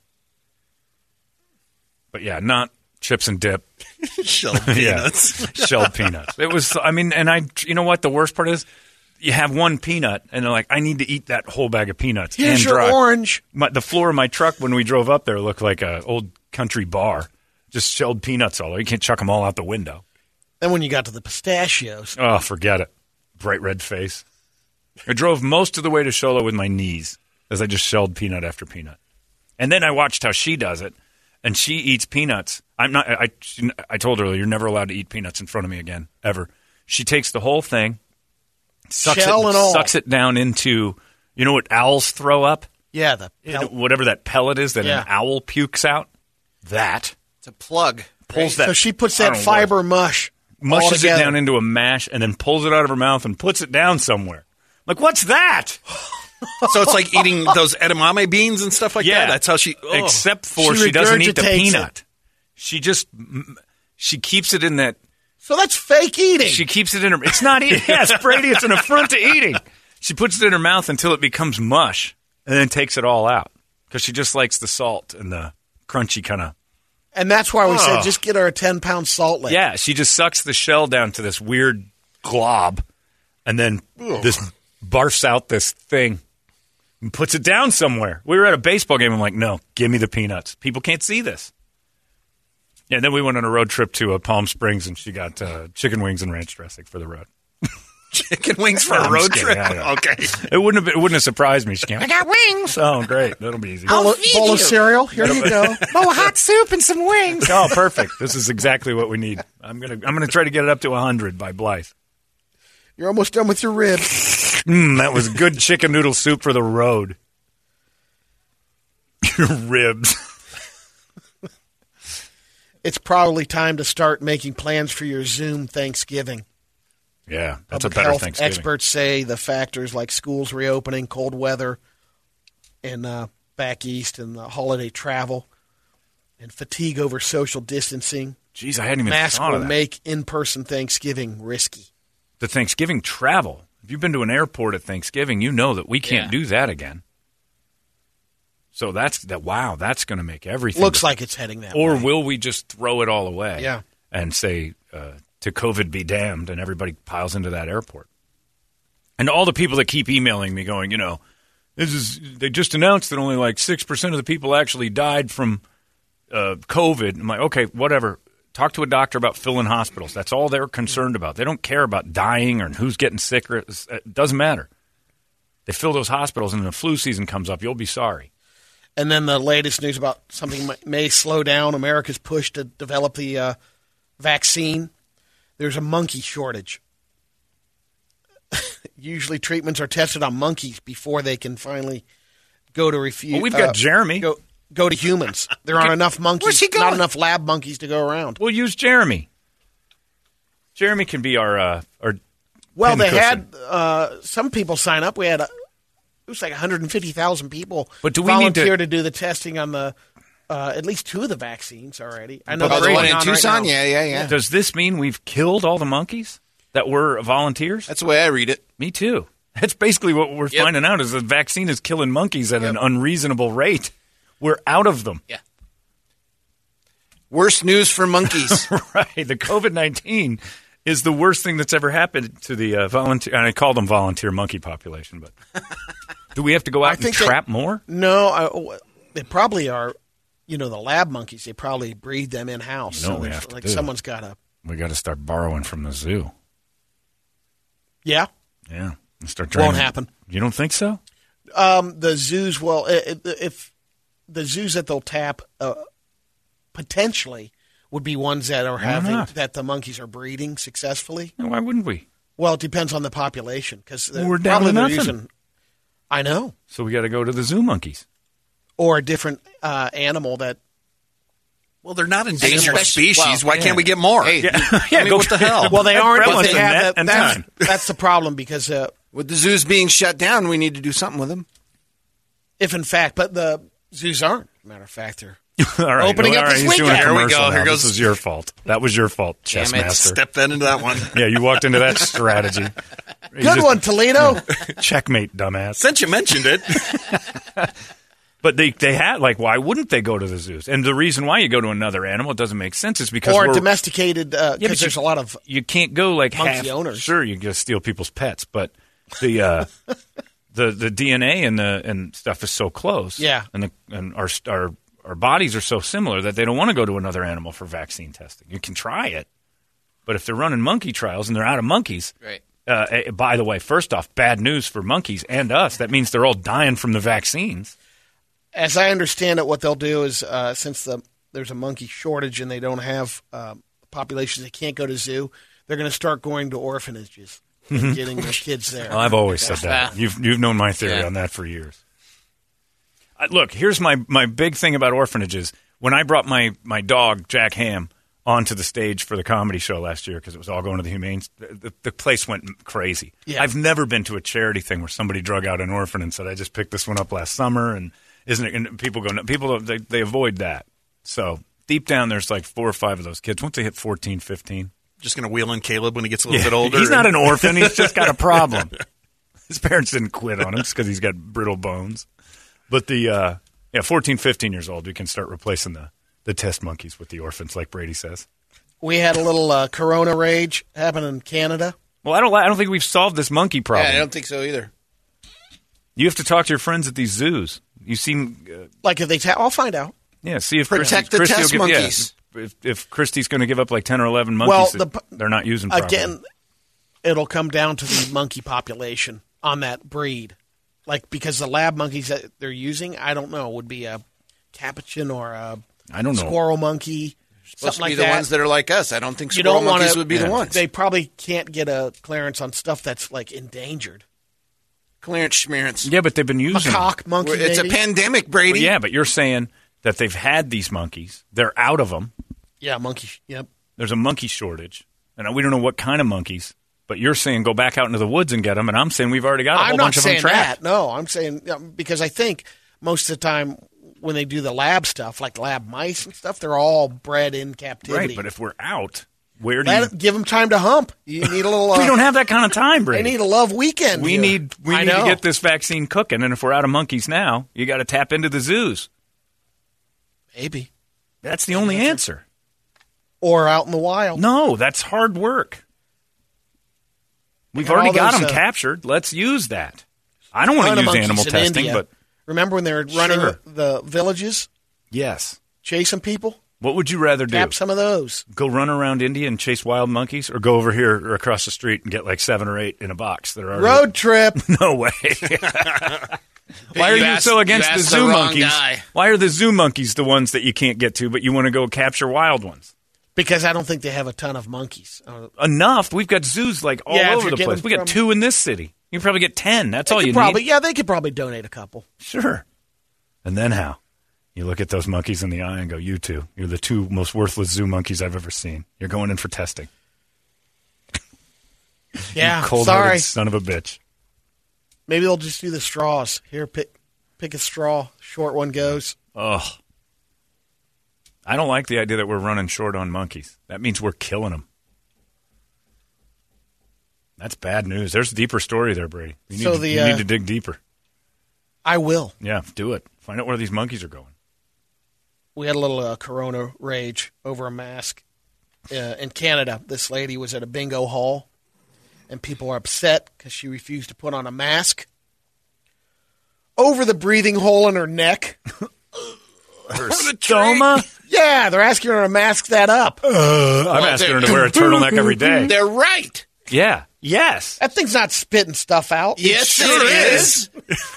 Speaker 1: But yeah, not chips and dip.
Speaker 4: Shell peanuts.
Speaker 1: shelled peanuts. It was, I mean, and I, you know what? The worst part is, you have one peanut, and they're like, I need to eat that whole bag of peanuts.
Speaker 2: Here's
Speaker 1: and
Speaker 2: your
Speaker 1: dry.
Speaker 2: orange.
Speaker 1: My, the floor of my truck when we drove up there looked like a old country bar, just shelled peanuts all over. You can't chuck them all out the window.
Speaker 2: Then when you got to the pistachios,
Speaker 1: Oh, forget it. Bright red face. I drove most of the way to Sholo with my knees as I just shelled peanut after peanut. And then I watched how she does it, and she eats peanuts. I'm not. I, I, I told her you're never allowed to eat peanuts in front of me again, ever. She takes the whole thing, sucks
Speaker 2: Shell
Speaker 1: it,
Speaker 2: and all.
Speaker 1: sucks it down into. You know what owls throw up?
Speaker 2: yeah, the
Speaker 1: You know, whatever that pellet is that
Speaker 2: Yeah.
Speaker 1: an owl pukes out. That
Speaker 3: It's a plug.
Speaker 1: pulls that.
Speaker 2: so she puts
Speaker 1: I
Speaker 2: that
Speaker 1: don't know what-
Speaker 2: fiber mush, all
Speaker 1: mushes it
Speaker 2: together.
Speaker 1: down into a mash and then pulls it out of her mouth and puts it down somewhere. Like, what's that?
Speaker 4: so it's like eating those edamame beans and stuff like that. That's how she. Oh.
Speaker 1: Except for
Speaker 2: She
Speaker 1: she, doesn't eat the
Speaker 2: regurgitates
Speaker 1: peanut. She just mm, she keeps it in that.
Speaker 2: So that's fake eating.
Speaker 1: She keeps it in her. It's not eating. yes, Brady. It's an affront to eating. She puts it in her mouth until it becomes mush, and then takes it all out because she just likes the salt and the crunchy kind of.
Speaker 2: and that's why we said
Speaker 1: Ugh.
Speaker 2: just get her a ten pound salt lick.
Speaker 1: Yeah, she just sucks the shell down to this weird glob, and then this barfs out this thing and puts it down somewhere. We were at a baseball game. I'm like, no, give me the peanuts. People can't see this. Yeah, and then we went on a road trip to uh, Palm Springs, and she got uh, chicken wings and ranch dressing for the road.
Speaker 4: chicken wings for a
Speaker 1: I'm
Speaker 4: road
Speaker 1: just
Speaker 4: trip.
Speaker 1: kidding. I know.
Speaker 4: Okay.
Speaker 1: It wouldn't have been, it wouldn't have surprised me. She
Speaker 6: I
Speaker 1: can't.
Speaker 6: got wings.
Speaker 1: Oh, great, that'll be easy.
Speaker 2: Bowl,
Speaker 6: I'll
Speaker 2: of,
Speaker 6: feed
Speaker 2: bowl
Speaker 6: you.
Speaker 2: of cereal. Here you go.
Speaker 6: Bowl of hot soup and some wings.
Speaker 1: Oh, perfect. This is exactly what we need. I'm gonna I'm gonna try to get it up to 100 by Blythe.
Speaker 2: You're almost done with your ribs.
Speaker 1: Mm, that was good chicken noodle soup for the road. Your ribs.
Speaker 2: It's probably time to start making plans for your Zoom Thanksgiving.
Speaker 1: Yeah, that's
Speaker 2: Public
Speaker 1: a better
Speaker 2: health
Speaker 1: Thanksgiving.
Speaker 2: Experts say the factors like schools reopening, cold weather, and uh, back east, and the holiday travel, and fatigue over social distancing,
Speaker 1: Jeez, I hadn't even
Speaker 2: mask
Speaker 1: thought
Speaker 2: will
Speaker 1: of that.
Speaker 2: make in-person Thanksgiving risky.
Speaker 1: the Thanksgiving travel. If you've been to an airport at Thanksgiving, you know that we can't do that again. So that's that. Wow, that's going to make everything.
Speaker 2: Looks like it's heading that
Speaker 1: Or
Speaker 2: way.
Speaker 1: will we just throw it all away?
Speaker 2: Yeah.
Speaker 1: And say uh, to COVID be damned, and everybody piles into that airport. And all the people that keep emailing me, going, you know, this is they just announced that only like six percent of the people actually died from uh, COVID. I'm like, okay, whatever. Talk to a doctor about filling hospitals. That's all they're concerned about. They don't care about dying or who's getting sick. Or, it doesn't matter. They fill those hospitals, and when the flu season comes up, you'll be sorry.
Speaker 2: And then the latest news about something may- may slow down America's push to develop the uh, vaccine. There's a monkey shortage. Usually, treatments are tested on monkeys before they can finally go to refuse.
Speaker 1: Well, we've got Jeremy.
Speaker 2: Go, go to humans. There aren't enough monkeys.
Speaker 6: Where's he
Speaker 2: Not
Speaker 6: going?
Speaker 2: enough lab monkeys to go around.
Speaker 1: We'll use Jeremy. Jeremy can be our uh, our.
Speaker 2: Well, they
Speaker 1: pincushion.
Speaker 2: had uh, some people sign up. We had uh it was like 150,000 people
Speaker 1: But do we need to-
Speaker 2: volunteer to... do the testing on the uh, at least two of the vaccines already. I know
Speaker 3: Oh,
Speaker 2: there's
Speaker 3: the one in
Speaker 2: on right
Speaker 3: Tucson?
Speaker 2: now.
Speaker 3: yeah, yeah, yeah.
Speaker 1: Does this mean we've killed all the monkeys that were volunteers?
Speaker 3: That's the way I read it.
Speaker 1: Me too. That's basically what we're
Speaker 3: Yep.
Speaker 1: finding out is the vaccine is killing monkeys at an unreasonable rate. We're out of them.
Speaker 3: Yeah. Worst news for monkeys.
Speaker 1: Right. The COVID 19 is the worst thing that's ever happened to the uh, volunteer. And I call them volunteer monkey population, but do we have to go out and
Speaker 2: think they-
Speaker 1: trap more?
Speaker 2: No, I, they probably are. You know, the lab monkeys. They probably breed them in house.
Speaker 1: You know
Speaker 2: so
Speaker 1: we
Speaker 2: there's-
Speaker 1: have to
Speaker 2: like
Speaker 1: do.
Speaker 2: someone's got to.
Speaker 1: We got to start borrowing from the zoo.
Speaker 2: Yeah,
Speaker 1: Yeah. And start
Speaker 2: won't
Speaker 1: draining-
Speaker 2: happen.
Speaker 1: You don't think so?
Speaker 2: Um, the zoos. Well, i- i- if the zoos that they'll tap uh, potentially would be ones that are having
Speaker 1: not?
Speaker 2: that the monkeys are breeding successfully.
Speaker 1: No, why wouldn't we?
Speaker 2: Well, it depends on the population because
Speaker 1: Well, we're down to
Speaker 2: probably they're
Speaker 1: nothing.
Speaker 2: using. I know,
Speaker 1: So we got to go to the zoo monkeys.
Speaker 2: or a different uh, animal that
Speaker 4: Well, they're not endangered
Speaker 3: Especially-
Speaker 4: species.
Speaker 3: well,
Speaker 4: Why can't we get more?
Speaker 3: Hey,
Speaker 4: Yeah. I mean,
Speaker 1: go-
Speaker 4: what the hell?
Speaker 2: Well, they aren't.
Speaker 1: Brett
Speaker 2: but
Speaker 1: wants
Speaker 2: they
Speaker 1: a
Speaker 2: have
Speaker 1: net
Speaker 2: that-
Speaker 1: and
Speaker 2: that's,
Speaker 1: time.
Speaker 2: that's the problem because uh,
Speaker 3: with the zoos being shut down, we need to do something with them.
Speaker 2: if in fact, but the zoos aren't. Matter of fact, they're
Speaker 1: all right,
Speaker 2: Opening
Speaker 1: well,
Speaker 2: up
Speaker 1: all right,
Speaker 2: this
Speaker 1: he's doing a
Speaker 2: weekend.
Speaker 4: Here we
Speaker 1: commercial
Speaker 4: go.
Speaker 1: now.
Speaker 4: Here goes-
Speaker 1: This is your fault. That was your fault, chess
Speaker 3: Damn it.
Speaker 1: master.
Speaker 4: Step that into that one.
Speaker 1: Yeah, you walked into that strategy. You
Speaker 2: good
Speaker 1: just-
Speaker 2: one, Toledo.
Speaker 1: Checkmate, dumbass.
Speaker 4: Since you mentioned it,
Speaker 1: But they they had like why wouldn't they go to the zoos? And the reason why you go to another animal it doesn't make sense is because
Speaker 2: or
Speaker 1: we're,
Speaker 2: domesticated because
Speaker 1: Yeah, but
Speaker 2: there's
Speaker 1: you-
Speaker 2: a lot of
Speaker 1: you can't go like
Speaker 2: Monkey
Speaker 1: half
Speaker 2: owners.
Speaker 1: Sure, you can steal people's pets, but the uh, the the DNA and the and stuff is so close.
Speaker 2: Yeah.
Speaker 1: and the and our our our bodies are so similar that they don't want to go to another animal for vaccine testing. You can try it, but if they're running monkey trials and they're out of monkeys,
Speaker 3: Right.
Speaker 1: Uh, eh, by the way, first off, bad news for monkeys and us. That means they're all dying from the vaccines.
Speaker 2: as I understand it, what they'll do is uh, since the there's a monkey shortage and they don't have uh, populations that can't go to zoo, they're going to start going to orphanages, and getting their kids there.
Speaker 1: I've always said that. You've you've known my theory
Speaker 3: Yeah.
Speaker 1: on that for years. I, look, here's my my big thing about orphanages. When I brought my my dog Jack Ham onto the stage for the comedy show last year because it was all going to the humane, the, the, the place went crazy.
Speaker 2: Yeah.
Speaker 1: I've never been to a charity thing where somebody drug out an orphan and said, "I just picked this one up last summer," and isn't it? And people go, no, people don't- they they avoid that. So deep down, there's like four or five of those kids. Once they hit 14, 15,
Speaker 4: just going to wheel in Caleb when he gets a little bit older.
Speaker 1: He's not an orphan. He's just got a problem. His parents didn't quit on him just because he's got brittle bones. But the uh, yeah, 14, 15 years old, we can start replacing the, the test monkeys with the orphans, like Brady says.
Speaker 2: we had a little uh, corona rage happen in Canada.
Speaker 1: Well, I don't. I don't think we've solved this monkey problem.
Speaker 3: Yeah, I don't think so either.
Speaker 1: you have to talk to your friends at these zoos. You seem, uh,
Speaker 2: Like if they, ta- I'll find out.
Speaker 1: yeah. See if Christy,
Speaker 3: Protect the
Speaker 1: Christy will
Speaker 3: test
Speaker 1: give- yeah,
Speaker 3: monkeys.
Speaker 1: if, if Christy's going to give up like ten or eleven
Speaker 2: Well,
Speaker 1: monkeys,
Speaker 2: the
Speaker 1: that
Speaker 2: p-
Speaker 1: they're not using properly.
Speaker 2: Again, it'll come down to the monkey population on that breed. Like because the lab monkeys that they're using, I don't know, would be a capuchin or a
Speaker 1: I don't know.
Speaker 2: squirrel monkey.
Speaker 3: Supposed
Speaker 2: something
Speaker 3: to be
Speaker 2: like
Speaker 3: the ones that are like us. I don't think
Speaker 2: you
Speaker 3: squirrel
Speaker 2: don't want
Speaker 3: monkeys
Speaker 2: to.
Speaker 3: would be the ones.
Speaker 2: They probably can't get a clearance on stuff that's like endangered.
Speaker 3: Clarence Schmerance.
Speaker 1: Yeah, but they've been using them.
Speaker 2: Macaque monkey.
Speaker 3: We're- It's a
Speaker 2: maybe?
Speaker 3: pandemic, Brady.
Speaker 1: Yeah, but you're saying that they've had these monkeys. They're out of them.
Speaker 2: Yeah, monkey. Yep.
Speaker 1: there's a monkey shortage, and we don't know what kind of monkeys. But you're saying go back out into the woods and get them, and I'm saying we've already got a
Speaker 2: I'm
Speaker 1: whole
Speaker 2: not
Speaker 1: bunch of them
Speaker 2: saying
Speaker 1: trapped.
Speaker 2: that. No, I'm saying um, because I think most of the time when they do the lab stuff, like lab mice and stuff, they're all bred in captivity.
Speaker 1: Right, but if we're out, where do
Speaker 2: Let,
Speaker 1: you?
Speaker 2: give them time to hump. You need a little. Uh,
Speaker 1: We don't have that kind of time,
Speaker 2: They
Speaker 1: Brady.
Speaker 2: need a love weekend.
Speaker 1: we
Speaker 2: here.
Speaker 1: need we
Speaker 2: I
Speaker 1: need to
Speaker 2: know.
Speaker 1: get this vaccine cooking, and if we're out of monkeys now, you got to tap into the zoos.
Speaker 2: maybe
Speaker 1: That's the only answer.
Speaker 2: or out in the wild.
Speaker 1: No, that's hard work. We've
Speaker 2: got
Speaker 1: already
Speaker 2: all
Speaker 1: got
Speaker 2: those,
Speaker 1: them
Speaker 2: uh,
Speaker 1: captured. Let's use that. I don't want
Speaker 2: Ton
Speaker 1: to
Speaker 2: of
Speaker 1: use
Speaker 2: monkeys
Speaker 1: animal
Speaker 2: in
Speaker 1: testing,
Speaker 2: India.
Speaker 1: but
Speaker 2: remember when they were running
Speaker 1: Sure.
Speaker 2: the villages,
Speaker 1: yes.
Speaker 2: chasing people,
Speaker 1: What would you rather do?
Speaker 2: tap some of those.
Speaker 1: go run around India and chase wild monkeys, or go over here or across the street and get like seven or eight in a box that are already
Speaker 2: Road trip.
Speaker 1: No way. Why are
Speaker 3: You
Speaker 1: you,
Speaker 3: asked-
Speaker 1: so against
Speaker 3: you
Speaker 1: the
Speaker 3: asked the
Speaker 1: zoo
Speaker 3: wrong
Speaker 1: monkeys?
Speaker 3: guy.
Speaker 1: Why are the zoo monkeys the ones that you can't get to, but you want to go capture wild ones?
Speaker 2: Because I don't think they have a ton of monkeys. Uh,
Speaker 1: Enough. We've got zoos like all
Speaker 2: Yeah, if
Speaker 1: over
Speaker 2: you're
Speaker 1: the place.
Speaker 2: getting
Speaker 1: We got
Speaker 2: from-
Speaker 1: two in this city. You can probably get ten. That's all
Speaker 2: they
Speaker 1: you
Speaker 2: could probably,
Speaker 1: need.
Speaker 2: Yeah, they could probably donate a couple.
Speaker 1: Sure. And then how? You look at those monkeys in the eye and go, "You two, you're the two most worthless zoo monkeys I've ever seen. You're going in for testing."
Speaker 2: Yeah, sorry.
Speaker 1: Cold-hearted son of a bitch.
Speaker 2: Maybe they'll just do the straws. Here, pick pick a straw. Short one goes.
Speaker 1: Ugh. I don't like the idea that we're running short on monkeys. That means we're killing them. That's bad news. There's a deeper story there, Brady. You need,
Speaker 2: So
Speaker 1: to,
Speaker 2: the,
Speaker 1: you
Speaker 2: uh,
Speaker 1: need to dig deeper.
Speaker 2: I will.
Speaker 1: Yeah, do it. Find out where these monkeys are going.
Speaker 2: We had a little uh, corona rage over a mask uh, in Canada. This lady was at a bingo hall, and people were upset because she refused to put on a mask over the breathing hole in her neck.
Speaker 1: Her stoma?
Speaker 2: Yeah, they're asking her to mask that up.
Speaker 1: Uh, I'm asking her to wear a turtleneck every day.
Speaker 3: They're right.
Speaker 1: Yeah. Yes.
Speaker 2: That thing's not spitting stuff out.
Speaker 3: Yes,
Speaker 4: sure
Speaker 3: it
Speaker 4: is.
Speaker 3: is.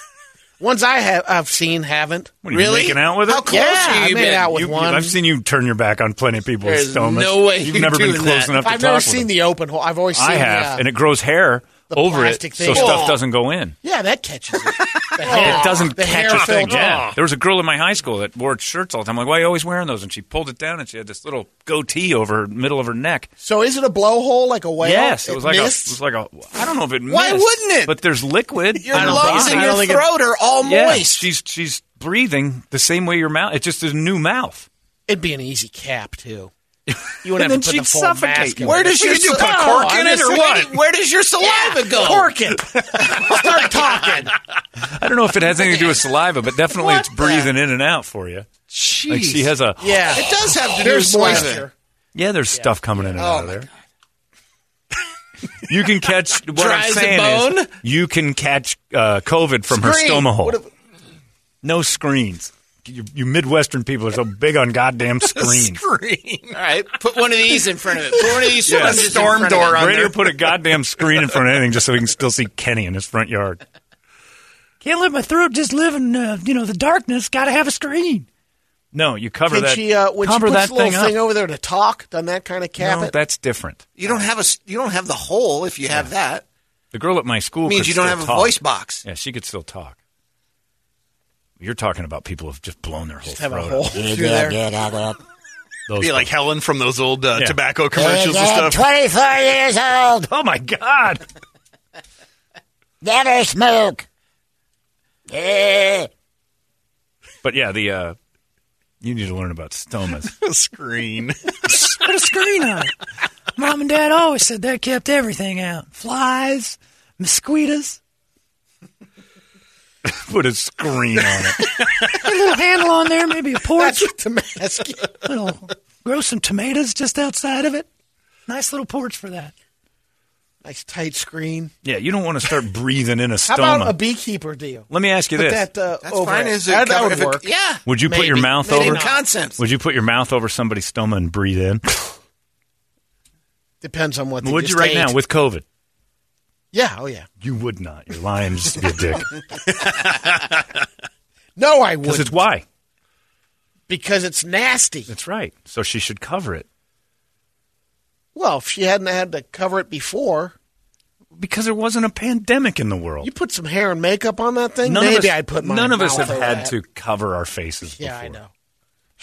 Speaker 2: Ones I have I've seen haven't.
Speaker 1: What are you
Speaker 3: Really?
Speaker 1: making out with it?
Speaker 3: How close
Speaker 2: Yeah,
Speaker 3: have
Speaker 2: I
Speaker 3: you
Speaker 2: made
Speaker 3: been?
Speaker 2: out with
Speaker 1: You-
Speaker 2: one.
Speaker 1: I've seen you turn your back on plenty of people with
Speaker 3: There's
Speaker 1: stomas.
Speaker 3: no way
Speaker 1: You've
Speaker 3: you're
Speaker 1: never been
Speaker 3: doing
Speaker 1: close
Speaker 3: that.
Speaker 1: enough to
Speaker 2: I've
Speaker 1: talk
Speaker 2: never
Speaker 1: with
Speaker 2: seen
Speaker 1: them.
Speaker 2: the open hole. I've always seen
Speaker 1: I have,
Speaker 2: uh,
Speaker 1: and it grows hair
Speaker 2: the
Speaker 1: over it,
Speaker 2: plastic
Speaker 1: so
Speaker 2: thing.
Speaker 1: stuff
Speaker 2: Oh.
Speaker 1: doesn't go in.
Speaker 2: Yeah, that catches it. The hair,
Speaker 1: it doesn't
Speaker 2: the hair
Speaker 1: catch a thing.
Speaker 2: filled-
Speaker 1: Yeah. There was a girl in my high school that wore shirts all the time. Like, why are you always wearing those? And she pulled it down and she had this little goatee over her middle of her neck.
Speaker 2: So is it a blowhole like a whale?
Speaker 1: yes, it was like
Speaker 2: mists?
Speaker 1: a. It was like a. I don't know if it.
Speaker 3: Why
Speaker 1: missed,
Speaker 3: wouldn't it?
Speaker 1: But there's liquid.
Speaker 3: Your
Speaker 1: in her
Speaker 3: lungs
Speaker 1: body.
Speaker 3: and
Speaker 2: I
Speaker 3: your
Speaker 2: don't think it-
Speaker 3: throat are all
Speaker 1: Yeah,
Speaker 3: moist.
Speaker 1: she's she's breathing the same way your mouth. It's just a new mouth.
Speaker 2: It'd be an easy cap too. You
Speaker 1: And
Speaker 2: wouldn't
Speaker 1: then
Speaker 2: have to put
Speaker 1: she'd
Speaker 2: the full
Speaker 1: suffocate.
Speaker 2: mask in.
Speaker 3: Where does
Speaker 4: What
Speaker 3: your
Speaker 4: do you do,
Speaker 3: sa-
Speaker 4: put cork
Speaker 3: I'm
Speaker 4: in it or
Speaker 3: just-
Speaker 4: what?
Speaker 3: Where does your saliva go?
Speaker 2: Cork it. Start talking.
Speaker 1: I don't know if it has anything to do with saliva, but definitely it's breathing in and out for you.
Speaker 3: Jeez.
Speaker 1: Like she has a.
Speaker 2: Yeah,
Speaker 3: It does have to do with
Speaker 2: There's
Speaker 3: saliva.
Speaker 2: moisture.
Speaker 1: Yeah, there's stuff coming in and out of there. you can catch what
Speaker 3: Dry
Speaker 1: I'm
Speaker 3: as a
Speaker 1: saying is
Speaker 3: bone?
Speaker 1: you can catch uh, COVID from
Speaker 3: Screen.
Speaker 1: her stoma hole.
Speaker 3: What if-
Speaker 1: no screens. You, you Midwestern people are so big on goddamn screens.
Speaker 4: Screen.
Speaker 3: All right, put one of these in front of it. Put one of these
Speaker 1: Yeah.
Speaker 3: sponges in
Speaker 4: Storm
Speaker 3: front of
Speaker 4: door
Speaker 3: it.
Speaker 4: on
Speaker 1: Radio
Speaker 4: there.
Speaker 1: put a goddamn screen in front of anything just so we can still see Kenny in his front yard.
Speaker 5: Can't let my throat just live in uh, you know the darkness. Got to have a screen.
Speaker 1: No, you cover
Speaker 2: Can
Speaker 1: that.
Speaker 2: she, uh, when she
Speaker 1: cover
Speaker 2: puts
Speaker 1: that
Speaker 2: the little
Speaker 1: thing up.
Speaker 2: thing over there to talk, doesn't that kind of cap
Speaker 1: no,
Speaker 2: it?
Speaker 1: that's different.
Speaker 3: You don't have a. s- You don't have the hole if you have that.
Speaker 1: The girl at my school
Speaker 3: It means
Speaker 1: could
Speaker 3: you don't
Speaker 1: still
Speaker 3: have
Speaker 1: talk.
Speaker 3: a voice box.
Speaker 1: Yeah, she could still talk. You're talking about people who've just blown their whole
Speaker 2: have a
Speaker 1: throat.
Speaker 2: hole
Speaker 1: out.
Speaker 2: through there.
Speaker 1: Those
Speaker 4: Be like
Speaker 1: people.
Speaker 4: Helen from those old uh,
Speaker 1: Yeah.
Speaker 4: tobacco commercials and stuff.
Speaker 7: 24 years old.
Speaker 1: oh my god.
Speaker 7: Never smoke. Eh.
Speaker 1: But yeah, the uh, you need to learn about stomas.
Speaker 4: Screen.
Speaker 5: Put a screen on it. Mom and Dad always said that kept everything out. Flies, mosquitoes.
Speaker 1: Put a screen on it.
Speaker 5: Put a little handle on there, maybe a porch.
Speaker 2: That's what the mask. is.
Speaker 5: little, grow some tomatoes just outside of it. Nice little porch for that.
Speaker 2: nice tight screen.
Speaker 1: Yeah, you don't want to start breathing in a
Speaker 2: How
Speaker 1: stoma.
Speaker 2: about a beaker deal?
Speaker 1: Let me ask you
Speaker 2: Put
Speaker 1: this:
Speaker 2: that uh,
Speaker 3: That's
Speaker 2: over
Speaker 3: fine.
Speaker 2: it.
Speaker 3: Is it
Speaker 2: that, that
Speaker 3: covered
Speaker 2: would
Speaker 3: if it-
Speaker 2: work.
Speaker 3: yeah.
Speaker 1: Would you put your
Speaker 2: Maybe.
Speaker 1: mouth
Speaker 3: Same
Speaker 1: over?
Speaker 3: concept.
Speaker 1: Would you put your mouth over somebody's stoma and breathe in?
Speaker 2: Depends on what. They
Speaker 1: would
Speaker 2: just
Speaker 1: you right
Speaker 2: ate.
Speaker 1: now with COVID?
Speaker 2: yeah. Oh yeah.
Speaker 1: You would not. You're lying just to be a dick.
Speaker 2: No, I would
Speaker 1: Because it's why.
Speaker 2: because it's nasty.
Speaker 1: That's right. So she should cover it
Speaker 2: Well, if she hadn't had to cover it before,
Speaker 1: because there wasn't a pandemic in the world.
Speaker 2: you put some hair and makeup on that thing.
Speaker 1: none
Speaker 2: maybe
Speaker 1: of us,
Speaker 2: I'd put my
Speaker 1: none of us
Speaker 2: mouth
Speaker 1: have
Speaker 2: over
Speaker 1: had
Speaker 2: that.
Speaker 1: to cover our faces.
Speaker 2: Yeah, I
Speaker 1: before.
Speaker 2: know.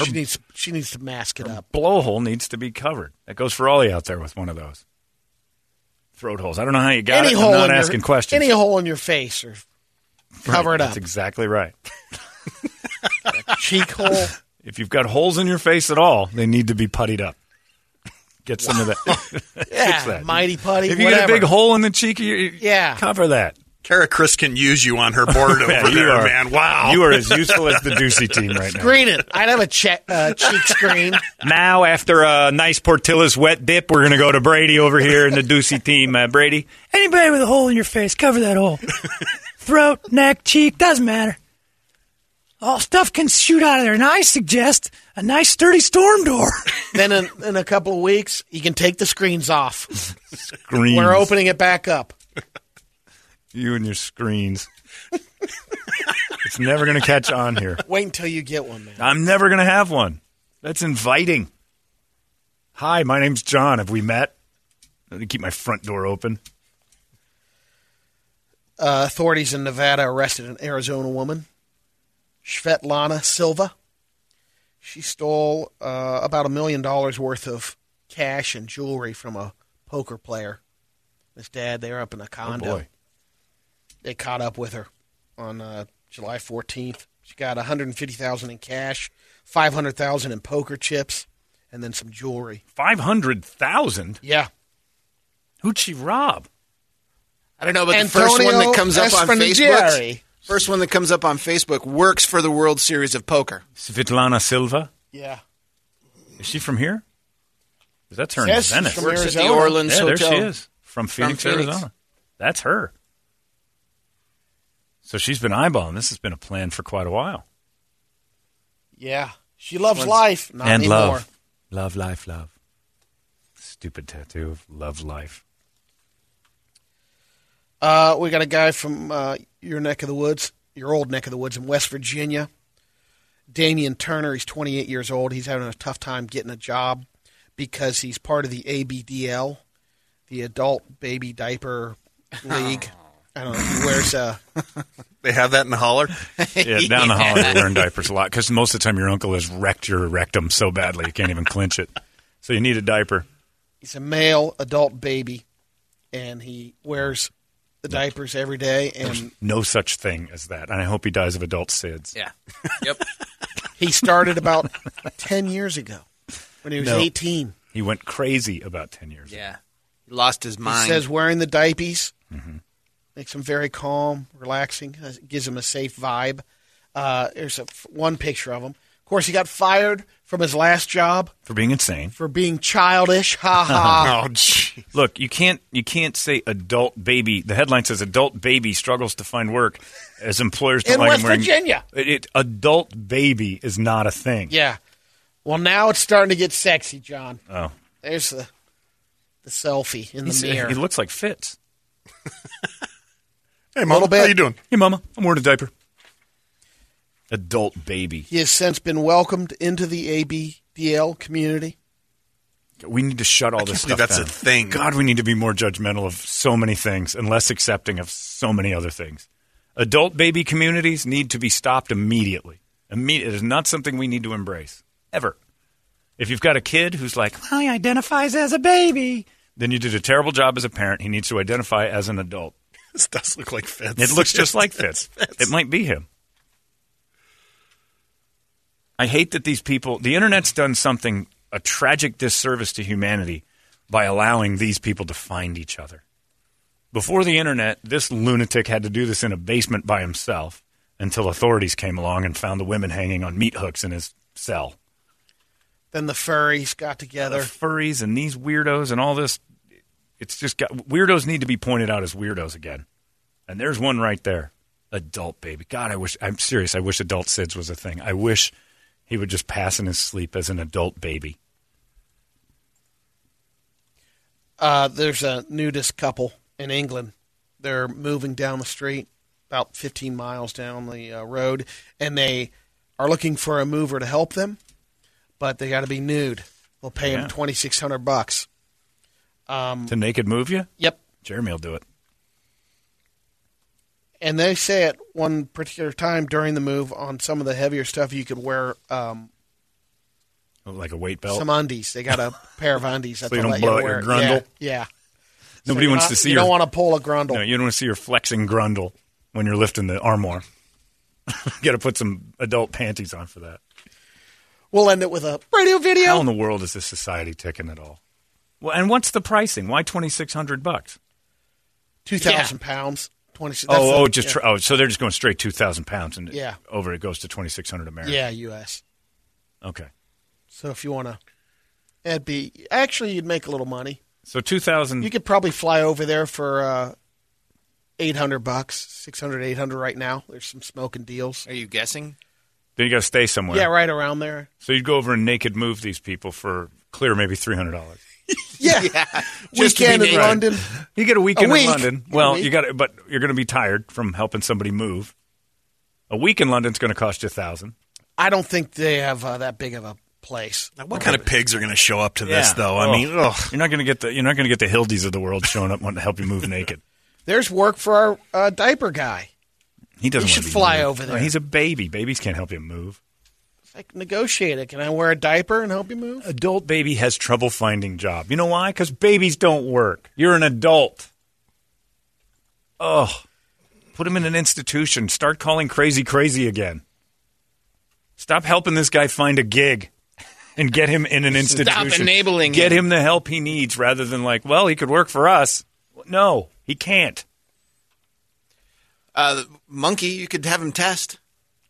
Speaker 2: She needs she needs to mask it up.
Speaker 1: blowhole needs to be covered. That goes for all you out there with one of those throat holes. I don't know how you got
Speaker 2: any
Speaker 1: it.
Speaker 2: hole
Speaker 1: I'm not
Speaker 2: in
Speaker 1: asking
Speaker 2: your,
Speaker 1: questions.
Speaker 2: Any hole in your face or
Speaker 1: Right,
Speaker 2: cover it
Speaker 1: That's
Speaker 2: up.
Speaker 1: exactly right.
Speaker 2: Cheek hole.
Speaker 1: If you've got holes in your face at all, they need to be puttied up. Get some of that. Fix
Speaker 2: Yeah,
Speaker 1: that.
Speaker 2: mighty putty.
Speaker 1: If you
Speaker 2: whatever.
Speaker 1: get a big hole in the cheek, you, you-
Speaker 2: Yeah.
Speaker 1: cover that.
Speaker 4: Kara Chris can use you on her board over
Speaker 1: Yeah, you
Speaker 4: there,
Speaker 1: are-
Speaker 4: man. Wow.
Speaker 1: You are as useful as the Deucey team right now.
Speaker 2: Green it. I'd have a che- uh, cheek screen.
Speaker 1: Now, after a nice Portillo's wet dip, we're going to go to Brady over here in the Deucey team. Uh, Brady,
Speaker 5: Anybody with a hole in your face, cover that hole. Throat, neck, cheek, doesn't matter. All stuff can shoot out of there. And I suggest a nice sturdy storm door.
Speaker 2: then in, in a couple of weeks, you can take the screens off.
Speaker 1: screens.
Speaker 2: We're opening it back up.
Speaker 1: You and your screens. it's never going to catch on here.
Speaker 2: Wait until you get one, man.
Speaker 1: I'm never going to have one. That's inviting. Hi, my name's John. Have we met? Let me keep my front door open.
Speaker 2: Uh, authorities in Nevada arrested an Arizona woman, Svetlana Silva. She stole uh, about a million dollars worth of cash and jewelry from a poker player. His dad, they were up in a
Speaker 3: Oh,
Speaker 2: condo.
Speaker 1: boy.
Speaker 2: They caught up with her on uh, July 14th. She got 150000 in cash, 500000 in poker chips, and then some jewelry.
Speaker 1: 500,000?
Speaker 2: Yeah.
Speaker 1: Who'd she rob?
Speaker 3: I don't know, but the first one that
Speaker 2: Antonio
Speaker 3: comes up on
Speaker 2: Esfandiari.
Speaker 3: Facebook, first one that comes up on Facebook works for the World Series of Poker.
Speaker 1: Svetlana Silva?
Speaker 2: Yeah.
Speaker 1: Is she from here? 'Cause That's her
Speaker 2: Says she's
Speaker 1: in Venice.
Speaker 2: from
Speaker 3: Works at
Speaker 2: Arizona.
Speaker 3: the Orleans
Speaker 1: yeah, there
Speaker 3: Hotel.
Speaker 1: she is. From Phoenix,
Speaker 3: Phoenix.
Speaker 1: Arizona. That's her. So she's been eyeballing. This has been a plan for quite a while.
Speaker 2: Yeah. She loves life. Not
Speaker 1: and
Speaker 2: anymore.
Speaker 1: love. Love, life, love. Stupid tattoo of love, life.
Speaker 2: Uh, we got a guy from uh, your neck of the woods, your old neck of the woods in West Virginia. Damian Turner, he's 28 years old. He's having a tough time getting a job because he's part of the ABDL, the Adult Baby Diaper League. I don't know. He wears a
Speaker 4: They have that in the holler. Oh,
Speaker 1: Yeah, down the hall they learn diapers a lot because most of the time your uncle has wrecked your rectum so badly you can't even clinch it. So you need a diaper.
Speaker 2: he's a male adult baby, and he wears the diapers every day, and
Speaker 1: No such thing as that. And I hope he dies of adult SIDS.
Speaker 3: Yeah. Yep.
Speaker 2: he started about ten years ago when he was
Speaker 1: No.
Speaker 2: eighteen.
Speaker 1: He went crazy about 10 years ago.
Speaker 3: yeah. He lost his
Speaker 2: He
Speaker 3: mind.
Speaker 2: says wearing the diapies makes him very calm, relaxing, uh, gives him a safe vibe. Uh, there's a, one picture of him. Of course, he got fired from his last job
Speaker 1: for being insane.
Speaker 2: for being childish. Ha ha.
Speaker 4: Oh, gee.
Speaker 1: Look, you can't you can't say adult baby. The headline says adult baby struggles to find work as employers don't
Speaker 2: In
Speaker 1: like him
Speaker 2: West
Speaker 1: wearing-
Speaker 2: Virginia.
Speaker 1: It, it- adult baby is not a thing.
Speaker 2: yeah. Well, now it's starting to get sexy, John.
Speaker 1: Oh,
Speaker 2: There's the the selfie in the
Speaker 1: He's- uh,
Speaker 2: mirror.
Speaker 1: he looks like Fitz.
Speaker 4: Hey, mom,
Speaker 2: bit.
Speaker 4: how you doing?
Speaker 1: Hey, mama, I'm wearing a diaper. Adult baby.
Speaker 2: He has since been welcomed into the ABDL community.
Speaker 1: We need to shut all
Speaker 4: I
Speaker 1: this
Speaker 4: can't believe
Speaker 1: stuff
Speaker 4: that's
Speaker 1: down.
Speaker 4: a thing.
Speaker 1: God, we need to be more judgmental of so many things and less accepting of so many other things. Adult baby communities need to be stopped immediately. Immedi- it is not something we need to embrace ever. If you've got a kid who's like, well, he identifies as a baby, then you did a terrible job as a parent. He needs to identify as an adult.
Speaker 4: This does look like Fitz.
Speaker 1: It looks just like Fitz. It might be him. I hate that these people, the internet's done something, a tragic disservice to humanity by allowing these people to find each other. Before the internet, this lunatic had to do this in a basement by himself until authorities came along and found the women hanging on meat hooks in his cell.
Speaker 2: Then the furries got together.
Speaker 1: The furries and these weirdos and all this, it's just got weirdos need to be pointed out as weirdos again. And there's one right there. Adult baby. God, I wish, I'm serious. I wish adult SIDS was a thing. I wish he would just pass in his sleep as an adult baby.
Speaker 2: Uh, there's a nudist couple in England. They're moving down the street, about 15 miles down the uh, road, and they are looking for a mover to help them, but they got to be nude. They'll pay
Speaker 1: Yeah.
Speaker 2: them 2,600 bucks.
Speaker 1: To naked move you?
Speaker 2: Yep.
Speaker 1: Jeremy will do it.
Speaker 2: And they say at one particular time during the move on some of the heavier stuff, you could wear um,
Speaker 1: Like a weight belt.
Speaker 2: some undies. They got a pair of undies that
Speaker 1: So you
Speaker 2: they'll
Speaker 1: don't
Speaker 2: let
Speaker 1: blow out
Speaker 2: wear.
Speaker 1: your grundle?
Speaker 2: Yeah. yeah.
Speaker 1: Nobody
Speaker 2: You're
Speaker 1: wants
Speaker 2: not-
Speaker 1: to see
Speaker 2: "Uh, You
Speaker 1: your,
Speaker 2: don't want to pull a grundle.
Speaker 1: no, you don't want to see your flexing grundle when you're lifting the armoire. got to put some adult panties on for that.
Speaker 2: We'll end it with a radio video.
Speaker 1: How in the world is this society ticking at all? Well, and what's the pricing? Why twenty six hundred bucks?
Speaker 2: two thousand pounds. Twenty. that's
Speaker 1: Oh,
Speaker 2: the-
Speaker 1: oh, just
Speaker 2: yeah.
Speaker 1: tr- oh, so they're just going straight two thousand pounds and
Speaker 2: Yeah.
Speaker 1: over it goes to twenty six hundred American.
Speaker 2: yeah, U.S.
Speaker 1: Okay.
Speaker 2: So if you want to, that'd be actually you'd make a little money.
Speaker 1: So two thousand.
Speaker 2: You could probably fly over there for uh, eight hundred bucks, 600, 800 right now. There's some smoking deals.
Speaker 3: Are you guessing?
Speaker 1: Then you got to stay somewhere.
Speaker 2: Yeah, right around there.
Speaker 1: So you'd go over and naked move these people for clear maybe three hundred dollars.
Speaker 2: Yeah,
Speaker 3: Just to be
Speaker 2: weekend in
Speaker 3: naked.
Speaker 2: London.
Speaker 1: You get a weekend
Speaker 2: week.
Speaker 1: in London.
Speaker 2: A
Speaker 1: Well,
Speaker 2: week.
Speaker 1: you got to but you're going to be tired from helping somebody move. A week in London's going to cost you a thousand.
Speaker 2: I don't think they have uh, that big of a place.
Speaker 4: Now, what kind of pigs are going to show up to this, though?
Speaker 1: Oh.
Speaker 4: I mean, oh. ugh.
Speaker 1: you're not going to get the you're not going to get the Hildies of the world showing up wanting to help you move naked.
Speaker 2: There's work for our uh, diaper guy.
Speaker 1: He doesn't. want
Speaker 2: You should
Speaker 1: to be
Speaker 2: fly
Speaker 1: moved.
Speaker 2: over there.
Speaker 1: He's a baby. Babies can't help him move.
Speaker 2: It's like negotiate it. Can I wear a diaper and help you move?
Speaker 3: Uh,
Speaker 1: Adult baby has trouble finding job. You know why? Because babies don't work. You're an adult. Oh, put him in an institution. Start calling crazy crazy again. Stop helping this guy find a gig and get him in an institution.
Speaker 3: enabling
Speaker 1: Get
Speaker 3: him.
Speaker 1: him the help he needs rather than like, well, he could work for us. No, he can't.
Speaker 3: Uh, monkey, you could have him test.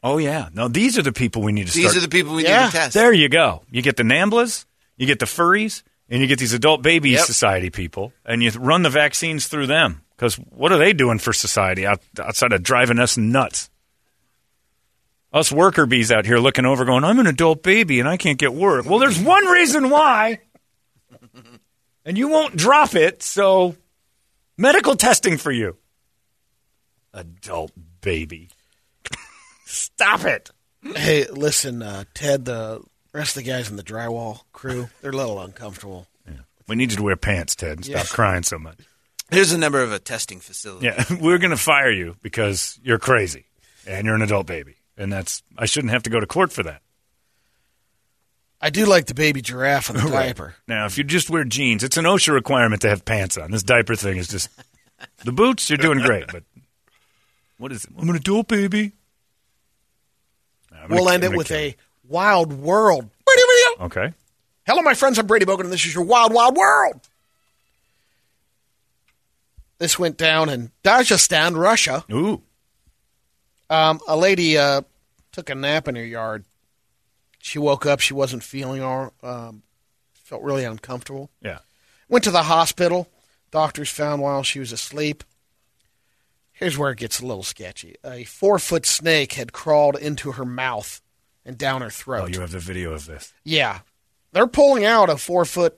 Speaker 1: Oh yeah. No, these are the people we need to
Speaker 3: These
Speaker 1: start
Speaker 3: are the people we need
Speaker 2: Yeah,
Speaker 3: to test.
Speaker 1: There you go. You get the Namblas, you get the furries, and you get these adult baby
Speaker 3: Yep.
Speaker 1: society people, and you run the vaccines through them. Because what are they doing for society out, outside of driving us nuts? Us worker bees out here looking over, going, I'm an adult baby and I can't get work. Well, there's one reason why, and you won't drop it, so medical testing for you. Adult baby. Stop it.
Speaker 2: Hey, listen, uh, Ted. The rest of the guys in the drywall crew—they're a little uncomfortable.
Speaker 1: We need you to wear pants, Ted, and stop crying so much.
Speaker 3: Here's the number of a testing facility.
Speaker 1: Yeah, we're going to fire you because you're crazy and you're an adult baby. And that's, I shouldn't have to go to court for that.
Speaker 2: I do like the baby giraffe and the diaper.
Speaker 1: Now, if you just wear jeans, it's an OSHA requirement to have pants on. This diaper thing is just, the boots, you're doing great. But what is it? I'm an adult baby. I'm gonna-
Speaker 2: We'll
Speaker 1: I'm
Speaker 2: end it
Speaker 1: gonna
Speaker 2: with
Speaker 1: kill you.
Speaker 2: a wild world.
Speaker 1: Okay.
Speaker 2: Hello, my friends. I'm Brady Bogan, and this is your Wild Wild World. This went down in Dagestan, Russia.
Speaker 1: Ooh.
Speaker 2: Um, a lady uh, took a nap in her yard. She woke up. She wasn't feeling all. Um, felt really uncomfortable.
Speaker 1: Yeah.
Speaker 2: Went to the hospital. Doctors found while she was asleep. Here's where it gets a little sketchy. A four foot snake had crawled into her mouth and down her throat.
Speaker 1: Oh, you have the video of this.
Speaker 2: Yeah. They're pulling out a four foot,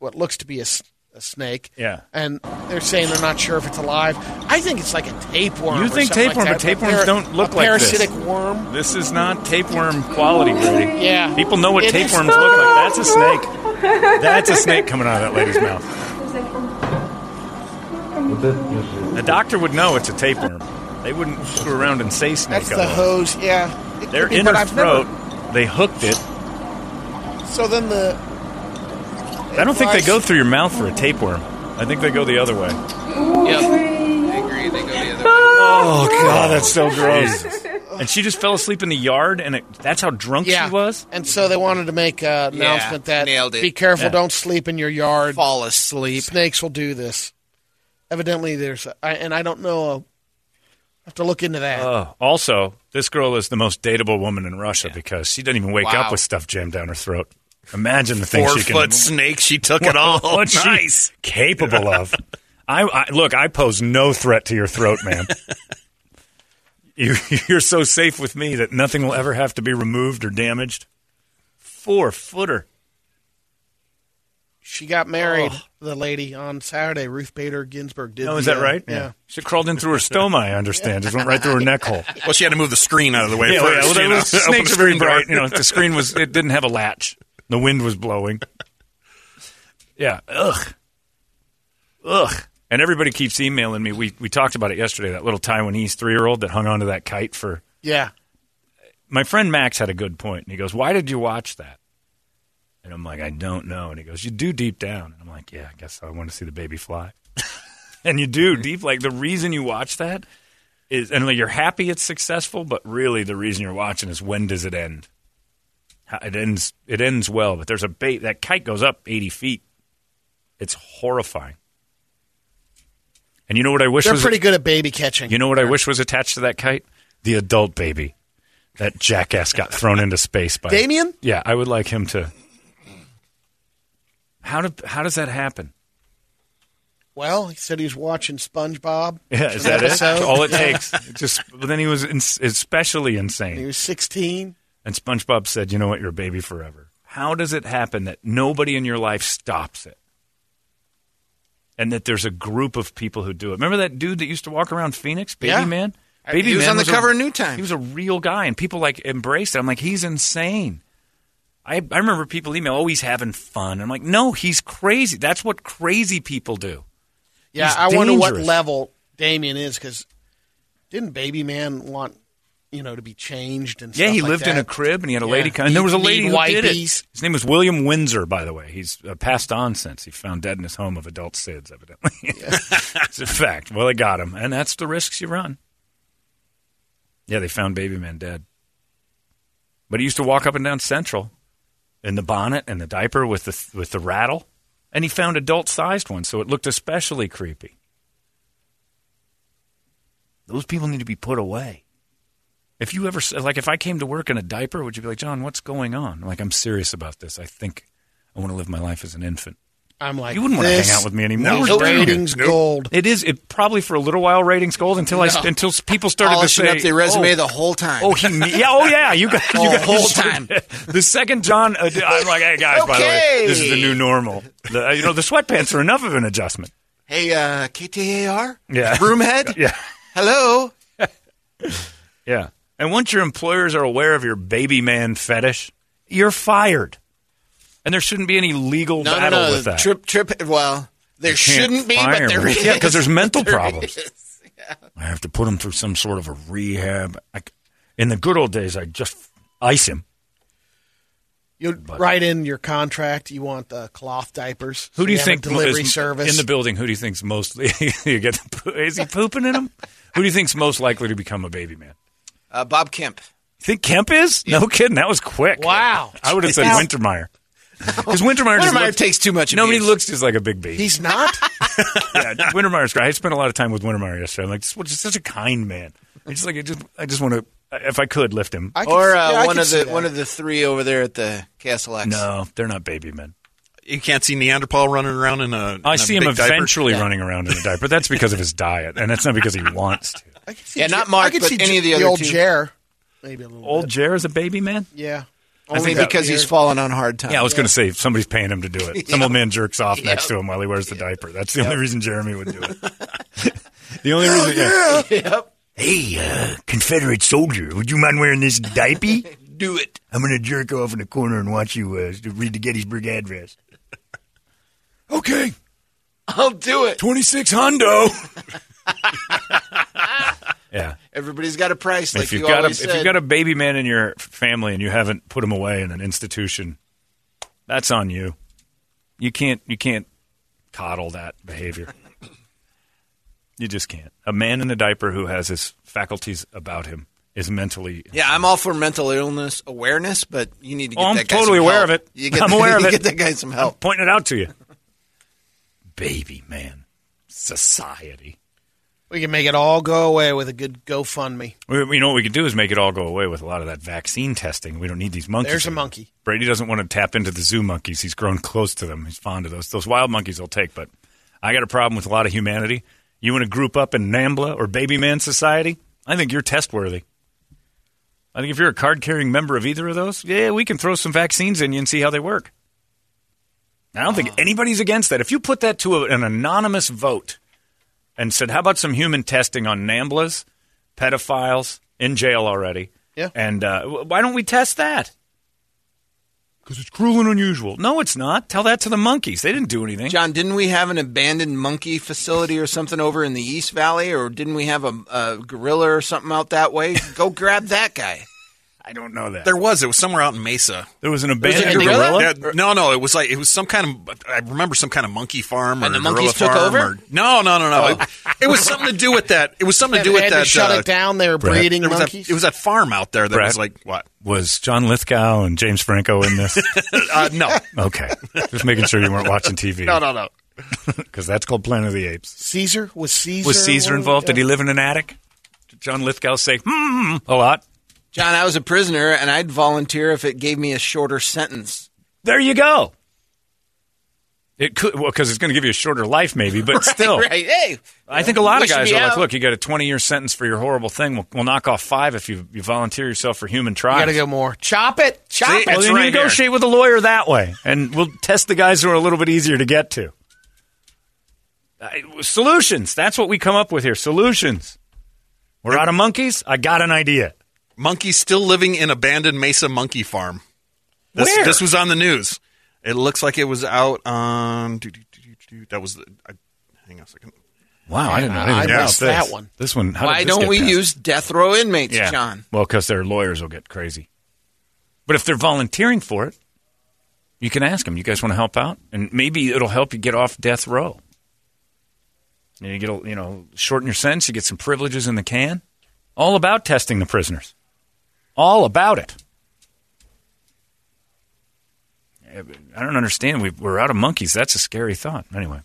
Speaker 2: what looks to be a, s- a snake.
Speaker 1: Yeah.
Speaker 2: And they're saying they're not sure if it's alive. I think it's like a tapeworm.
Speaker 1: You
Speaker 2: or
Speaker 1: think
Speaker 2: something like
Speaker 1: tapeworm,
Speaker 2: that,
Speaker 1: but tapeworms
Speaker 2: para-
Speaker 1: don't look
Speaker 2: a
Speaker 1: like this.
Speaker 2: parasitic worm.
Speaker 1: This is not tapeworm quality, Brady.
Speaker 2: Yeah.
Speaker 1: People know what
Speaker 2: It is-
Speaker 1: tapeworms look like. That's a snake. That's a snake coming out of that lady's mouth. The doctor would know it's a tapeworm. They wouldn't screw around and say snake.
Speaker 2: That's the
Speaker 1: otherwise.
Speaker 2: hose. Yeah. It
Speaker 1: Their
Speaker 2: could be,
Speaker 1: inner
Speaker 2: but I've
Speaker 1: throat,
Speaker 2: Never,
Speaker 1: they hooked it.
Speaker 2: so then the.
Speaker 1: I don't think they go through your mouth for a tapeworm. I think they go the other way.
Speaker 3: I agree. They go the other way.
Speaker 1: Oh god, that's so gross. and she just fell asleep in the yard, and it, that's how drunk
Speaker 2: Yeah.
Speaker 1: she was.
Speaker 2: And so they wanted to make an
Speaker 3: Yeah,
Speaker 2: announcement that
Speaker 3: nailed it.
Speaker 2: be careful,
Speaker 1: Yeah.
Speaker 2: don't sleep in your yard.
Speaker 3: Fall asleep.
Speaker 2: Snakes will do this. Evidently, there's. A, I, and I don't know. uh, I have to look into that.
Speaker 1: Oh. Also, this girl is the most dateable woman in Russia because she doesn't even wake
Speaker 3: Wow.
Speaker 1: up with stuff jammed down her throat. Imagine the things
Speaker 4: Four
Speaker 1: she can.
Speaker 4: foot snake. She took it all.
Speaker 1: What's she
Speaker 4: nice.
Speaker 1: capable of? I, I look. I pose no threat to your throat, man. you, you're so safe with me that nothing will ever have to be removed or damaged. Four footer.
Speaker 2: She got married, the lady on Saturday. Ruth Bader Ginsburg did.
Speaker 1: Oh, is
Speaker 2: the,
Speaker 1: that
Speaker 2: uh,
Speaker 1: right?
Speaker 2: Yeah.
Speaker 1: She crawled in through her stoma. I understand. Just went right through her neck hole.
Speaker 4: Well, she had to move the screen out of the way
Speaker 1: Yeah, well, yeah,
Speaker 4: first.
Speaker 1: well,
Speaker 4: you
Speaker 1: the-
Speaker 4: know?
Speaker 1: the snakes
Speaker 4: Open
Speaker 1: are very
Speaker 4: screen door.
Speaker 1: bright. You know, the screen was it didn't have a latch. The wind was blowing. Yeah. Ugh. Ugh. And everybody keeps emailing me. We we talked about it yesterday. That little Taiwanese three year old that hung onto that kite for.
Speaker 2: Yeah.
Speaker 1: My friend Max had a good point, and he goes, "Why did you watch that?" And I'm like, "I don't know." And he goes, "You do deep down." And I'm like, "Yeah, I guess I want to see the baby fly." and you do deep. Like the reason you watch that is, and like you're happy it's successful, but really the reason you're watching is when does it end? How- It ends. It ends well, but there's a bait. That kite goes up 80 feet. It's horrifying. And you know what I wish
Speaker 2: They're
Speaker 1: was
Speaker 2: pretty good at baby catching.
Speaker 1: you know what I wish was attached to that kite? The adult baby. That jackass got thrown into space by
Speaker 2: Damien?
Speaker 1: Yeah, I would like him to. How do how does that happen?
Speaker 2: well, he said he was watching SpongeBob.
Speaker 1: Yeah, is that it?
Speaker 2: Episode?
Speaker 1: All it takes. Just but then he was ins especially
Speaker 2: He
Speaker 1: insane.
Speaker 2: was 16.
Speaker 1: And SpongeBob said, "You know what? You're a baby forever." How does it happen that nobody in your life stops it? And that there's a group of people who do it. Remember that dude that used to walk around Phoenix, Baby
Speaker 2: Yeah.
Speaker 1: Man?
Speaker 3: Uh,
Speaker 1: Baby
Speaker 3: he was
Speaker 1: Man
Speaker 3: on the cover
Speaker 1: a,
Speaker 3: of New Time.
Speaker 1: He was a real guy, and people like embraced it. I'm like, he's insane. I, I remember people email, oh, he's having fun. I'm like, no, he's crazy. That's what crazy people do.
Speaker 2: Yeah,
Speaker 1: He's
Speaker 2: I wonder what
Speaker 1: dangerous.
Speaker 2: level Damien is because didn't Baby Man want you know to be changed and
Speaker 1: Yeah,
Speaker 2: stuff
Speaker 1: he
Speaker 2: like
Speaker 1: lived in
Speaker 2: that?
Speaker 1: a crib and he had a
Speaker 2: Yeah.
Speaker 1: lady. Come, and there was a
Speaker 2: Need-
Speaker 1: lady
Speaker 2: need
Speaker 1: who did it.
Speaker 2: wipes.
Speaker 1: His name was William Windsor, by the way. He's uh, passed on since he found dead in his home of adult SIDS, evidently. it's a fact. Well, they got him, and that's the risks you run. Yeah, they found Baby Man dead, but he used to walk up and down Central in the bonnet and the diaper with the with the rattle, and he found adult sized ones, so it looked especially creepy. Those people need to be put away. If you ever like, if I came to work in a diaper, would you be like, John, what's going on? Like, I'm serious about this. I think I want to live my life as an infant.
Speaker 2: I'm like,
Speaker 1: You wouldn't want to hang out with me anymore. We're
Speaker 2: No,
Speaker 1: down here.
Speaker 2: ratings gold.
Speaker 1: It is it probably for a little while ratings gold until I until people started
Speaker 3: Polishing
Speaker 1: to say
Speaker 3: up their resume
Speaker 1: oh,
Speaker 3: the whole time.
Speaker 1: Oh, he, me- yeah, oh yeah, you got you
Speaker 3: The
Speaker 1: got
Speaker 3: whole time.
Speaker 1: The second John, uh, I'm like, hey guys, by the way, this is the new normal. The, uh, you know, the sweatpants are enough of an adjustment.
Speaker 3: Hey, uh, KTAR?
Speaker 1: Yeah.
Speaker 3: Broomhead?
Speaker 1: Yeah.
Speaker 3: Hello?
Speaker 1: Yeah. And once your employers are aware of your baby man fetish, you're fired. And there shouldn't be any legal
Speaker 3: No, no,
Speaker 1: battle
Speaker 3: no.
Speaker 1: with that.
Speaker 3: Trip, trip. Well,
Speaker 2: There shouldn't be, but there is.
Speaker 1: Yeah, because there's mental problems. I have to put him through some sort of a rehab. I c in the good old days, I just ice him.
Speaker 2: You write in your contract. You want the cloth diapers.
Speaker 1: Who
Speaker 2: So
Speaker 1: do you
Speaker 2: have a
Speaker 1: think
Speaker 2: delivery
Speaker 1: is-
Speaker 2: service
Speaker 1: in the building? Who do you think's mostly you get? The, poo- is he pooping in him? Who do you think's most likely to become a baby man?
Speaker 3: Uh, Bob Kemp.
Speaker 1: You think Kemp is? No kidding. That was quick.
Speaker 2: Wow.
Speaker 1: I would have said
Speaker 3: Now-
Speaker 1: Wintermeyer. Because Wintermeyer, just
Speaker 3: Wintermeyer
Speaker 1: looks-
Speaker 3: takes too much
Speaker 1: No, but he
Speaker 3: abuse.
Speaker 1: looks just like a big baby.
Speaker 2: He's not.
Speaker 1: yeah, Wintermeyer's great. I spent a lot of time with Wintermeyer yesterday. I'm like, this- just such a kind man. I just like, I just, I just want to, if I could, lift him.
Speaker 2: I can
Speaker 3: Or
Speaker 2: see-
Speaker 3: uh,
Speaker 2: yeah, I
Speaker 3: one
Speaker 2: can
Speaker 3: of
Speaker 2: see
Speaker 3: the
Speaker 2: that.
Speaker 3: one of the three over there at the Castle X.
Speaker 1: no, they're not baby men.
Speaker 4: You can't see Neanderthal running around in a.
Speaker 1: I
Speaker 4: in a
Speaker 1: see him
Speaker 4: big diaper.
Speaker 1: eventually running around in a diaper. That's because of his diet, and that's not because he wants to.
Speaker 2: I can see
Speaker 3: Yeah,
Speaker 2: Jer-
Speaker 3: not Mark,
Speaker 2: I can
Speaker 3: but
Speaker 2: see
Speaker 3: any
Speaker 2: Jer-
Speaker 3: of the other
Speaker 2: old
Speaker 3: two.
Speaker 2: Jer, maybe a little
Speaker 1: Old
Speaker 2: bit.
Speaker 1: Jer is a baby man.
Speaker 2: Yeah,
Speaker 3: Only
Speaker 2: that-
Speaker 3: because he's
Speaker 2: yeah.
Speaker 3: fallen on hard times.
Speaker 1: Yeah, I was going to say if somebody's paying him to do it. Some old man jerks off next to him while he wears the diaper. That's the only reason Jeremy would do it. the only reason. Yeah. Hey, uh, Confederate soldier, would you mind wearing this diaper?
Speaker 3: do it.
Speaker 1: I'm going to jerk off in the corner and watch you uh, read the Gettysburg Address. Okay,
Speaker 3: I'll do it.
Speaker 1: 26 hundo. yeah.
Speaker 3: Everybody's got a price, like
Speaker 1: if you've
Speaker 3: you
Speaker 1: got a
Speaker 3: always
Speaker 1: if
Speaker 3: said.
Speaker 1: you've got a baby man in your f- family and you haven't put him away in an institution, that's on you. You can't you can't coddle that behavior. you just can't. A man in a diaper who has his faculties about him is mentally
Speaker 3: yeah, I'm all for mental illness awareness, but you need to get
Speaker 1: Oh, I'm
Speaker 3: that guy
Speaker 1: totally
Speaker 3: some
Speaker 1: aware
Speaker 3: help.
Speaker 1: of it.
Speaker 3: You get
Speaker 1: I'm aware of
Speaker 3: you
Speaker 1: it.
Speaker 3: Get that guy some help.
Speaker 1: pointing it out to you. baby man, society.
Speaker 2: we can make it all go away with a good GoFundMe.
Speaker 1: We, you know what we could do is make it all go away with a lot of that vaccine testing. We don't need these monkeys.
Speaker 2: There's a
Speaker 1: anymore.
Speaker 2: monkey.
Speaker 1: Brady doesn't want to tap into the zoo monkeys. He's grown close to them. He's fond of those. Those wild monkeys he'll take, but I got a problem with a lot of humanity. You want to group up in NAMBLA or Baby Man Society? I think you're test worthy. I think if you're a card carrying member of either of those, yeah, we can throw some vaccines in you and see how they work. I don't think anybody's against that. If you put that to a, an anonymous vote and said, how about some human testing on NAMBLAs, pedophiles in jail already?
Speaker 2: Yeah.
Speaker 1: And uh, w- why don't we test that? Because it's cruel and unusual. No, it's not. Tell that to the monkeys. They didn't do anything.
Speaker 3: John, didn't we have an abandoned monkey facility or something over in the East Valley, or didn't we have a, a gorilla or something out that way? Go grab that guy.
Speaker 1: I don't know that.
Speaker 4: There was. It was somewhere out in Mesa.
Speaker 1: There was an
Speaker 3: was a
Speaker 1: abandoned
Speaker 3: gorilla?
Speaker 1: gorilla.
Speaker 4: Yeah, no, no, it was like it was some kind of. I remember some kind of monkey farm or
Speaker 3: And the
Speaker 4: gorilla
Speaker 3: monkeys took
Speaker 4: farm
Speaker 3: over?
Speaker 4: Or, no, no, no, no. It, it was something to do with that. It was something to do
Speaker 2: They
Speaker 4: with
Speaker 2: had
Speaker 4: that.
Speaker 2: to shut
Speaker 4: uh,
Speaker 2: it down. They were breeding
Speaker 4: There was that,
Speaker 2: monkeys.
Speaker 4: it was that farm out there that
Speaker 1: Brad?
Speaker 4: was like what?
Speaker 1: Was John Lithgow and James Franco in this?
Speaker 4: Uh, no,
Speaker 1: okay. Just making sure you weren't watching TV.
Speaker 4: no, no, no.
Speaker 1: Because that's called Planet of the Apes.
Speaker 2: Caesar was Caesar.
Speaker 1: Was Caesar
Speaker 2: one of-
Speaker 1: involved? Did
Speaker 2: yeah.
Speaker 1: he live in an attic? Did John Lithgow say, hmm, a lot?
Speaker 3: John, I was a prisoner, and I'd volunteer if it gave me a shorter sentence.
Speaker 1: There you go. It could, well, because it's going to give you a shorter life, maybe, but still.
Speaker 3: Right? Hey,
Speaker 1: I think a lot of
Speaker 3: We should
Speaker 1: guys
Speaker 3: be
Speaker 1: are like,
Speaker 3: out.
Speaker 1: look, you got a 20 year sentence for your horrible thing. We'll, we'll knock off five if you, you volunteer yourself for human
Speaker 2: You
Speaker 1: trials.
Speaker 2: gotta go more. Chop it. Chop
Speaker 4: See,
Speaker 2: it.
Speaker 1: Well,
Speaker 4: It's
Speaker 1: then
Speaker 4: right
Speaker 1: you negotiate with a lawyer that way, and we'll test the guys who are a little bit easier to get to. I- solutions. That's what we come up with here. Solutions. We're out of monkeys. I got an idea.
Speaker 4: Monkeys still living in abandoned Mesa monkey farm. This,
Speaker 1: Where?
Speaker 4: This was on the news. It looks like it was out on. doo, doo, doo, doo, doo. That was. The, I, hang on a second.
Speaker 1: Wow, I didn't know
Speaker 2: anything I about missed this. that one.
Speaker 1: This one. How
Speaker 3: why
Speaker 1: did this
Speaker 3: don't
Speaker 1: get
Speaker 3: we
Speaker 1: passed?
Speaker 3: use death row inmates,
Speaker 1: Yeah.
Speaker 3: John?
Speaker 1: Well, because their lawyers will get crazy. But if they're volunteering for it, you can ask them. You guys want to help out, and maybe it'll help you get off death row. And you get, a, you know, shorten your sentence. You get some privileges in the can. All about testing the prisoners. All about it. I don't understand. We, we're out of monkeys. That's a scary thought. Anyway,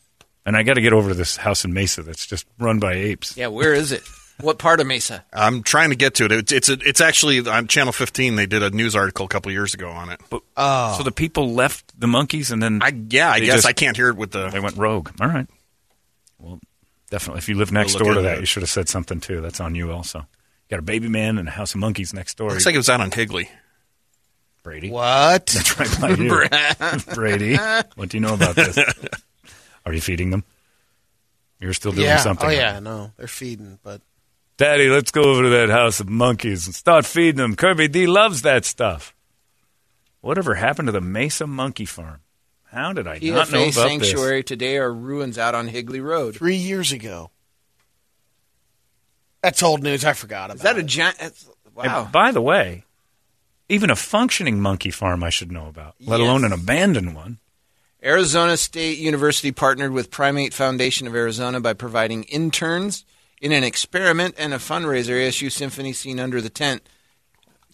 Speaker 1: and I got to get over to this house in Mesa that's just run by apes.
Speaker 3: Yeah, where is it? What part of Mesa?
Speaker 4: I'm trying to get to it. It's it's, a, it's actually on Channel 15. They did a news article a couple years ago on it.
Speaker 1: But, So the people left the monkeys, and then
Speaker 4: I yeah, I
Speaker 1: They
Speaker 4: guess
Speaker 1: just-
Speaker 4: I can't hear it with the.
Speaker 1: They went rogue. All right. Well, definitely. If you live next
Speaker 4: We'll look
Speaker 1: door to
Speaker 4: into
Speaker 1: that,
Speaker 4: it.
Speaker 1: you should have said something too. That's on you also. You got a baby man and a house of monkeys next door.
Speaker 4: Looks like it was out on Higley.
Speaker 1: Brady.
Speaker 2: What?
Speaker 1: That's right by you. Brady. What do you know about this? Are you feeding them? You're still doing
Speaker 2: Yeah.
Speaker 1: something.
Speaker 2: oh yeah. No, they're feeding, but
Speaker 1: Daddy, let's go over to that house of monkeys and start feeding them. Kirby D loves that stuff. Whatever happened to the Mesa Monkey Farm? How did I not know about
Speaker 3: PFA Sanctuary today are ruins out on Higley Road.
Speaker 2: three years ago. That's old news. I forgot about
Speaker 3: Is that a
Speaker 2: it.
Speaker 3: giant? that's-
Speaker 1: this? And
Speaker 3: Wow.
Speaker 1: by the way, even a functioning monkey farm I should know about, let
Speaker 3: Yes.
Speaker 1: alone an abandoned one.
Speaker 3: Arizona State University partnered with Primate Foundation of Arizona by providing interns in an experiment and a fundraiser. ASU Symphony seen under the tent.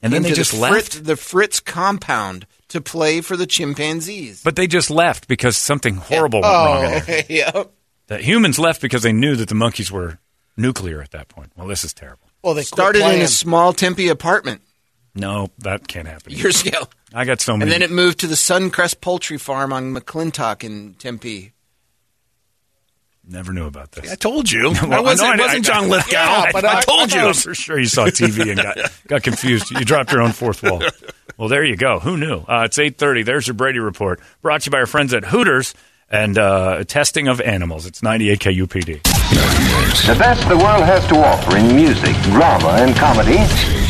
Speaker 1: And then
Speaker 3: into
Speaker 1: they just
Speaker 3: the
Speaker 1: left.
Speaker 3: Fritz, the Fritz compound to play for the chimpanzees.
Speaker 1: But they just left because something horrible went wrong. In
Speaker 3: Oh.
Speaker 1: there.
Speaker 3: yep.
Speaker 1: The humans left because they knew that the monkeys were nuclear at that point. Well, this is terrible.
Speaker 2: Well, they quit
Speaker 3: Started in
Speaker 2: playing.
Speaker 3: a small Tempe apartment
Speaker 1: No, that can't happen.
Speaker 3: years ago.
Speaker 1: I got so
Speaker 3: And
Speaker 1: many.
Speaker 3: then it moved to the Suncrest Poultry Farm on McClintock in Tempe.
Speaker 1: never knew about this.
Speaker 4: I told you.
Speaker 1: Well,
Speaker 4: I wasn't,
Speaker 1: know
Speaker 4: it wasn't
Speaker 1: I-
Speaker 4: John Lithgow.
Speaker 1: Yeah, but I,
Speaker 4: told
Speaker 1: I
Speaker 4: you.
Speaker 1: thought for sure you saw TV and got, got confused. You dropped your own fourth wall. Well, there you go. Who knew? Uh, it's eight thirty. There's your Brady report, brought to you by our friends at Hooters and uh, testing of animals. It's ninety eight KUPD.
Speaker 8: The best the world has to offer in music, drama, and comedy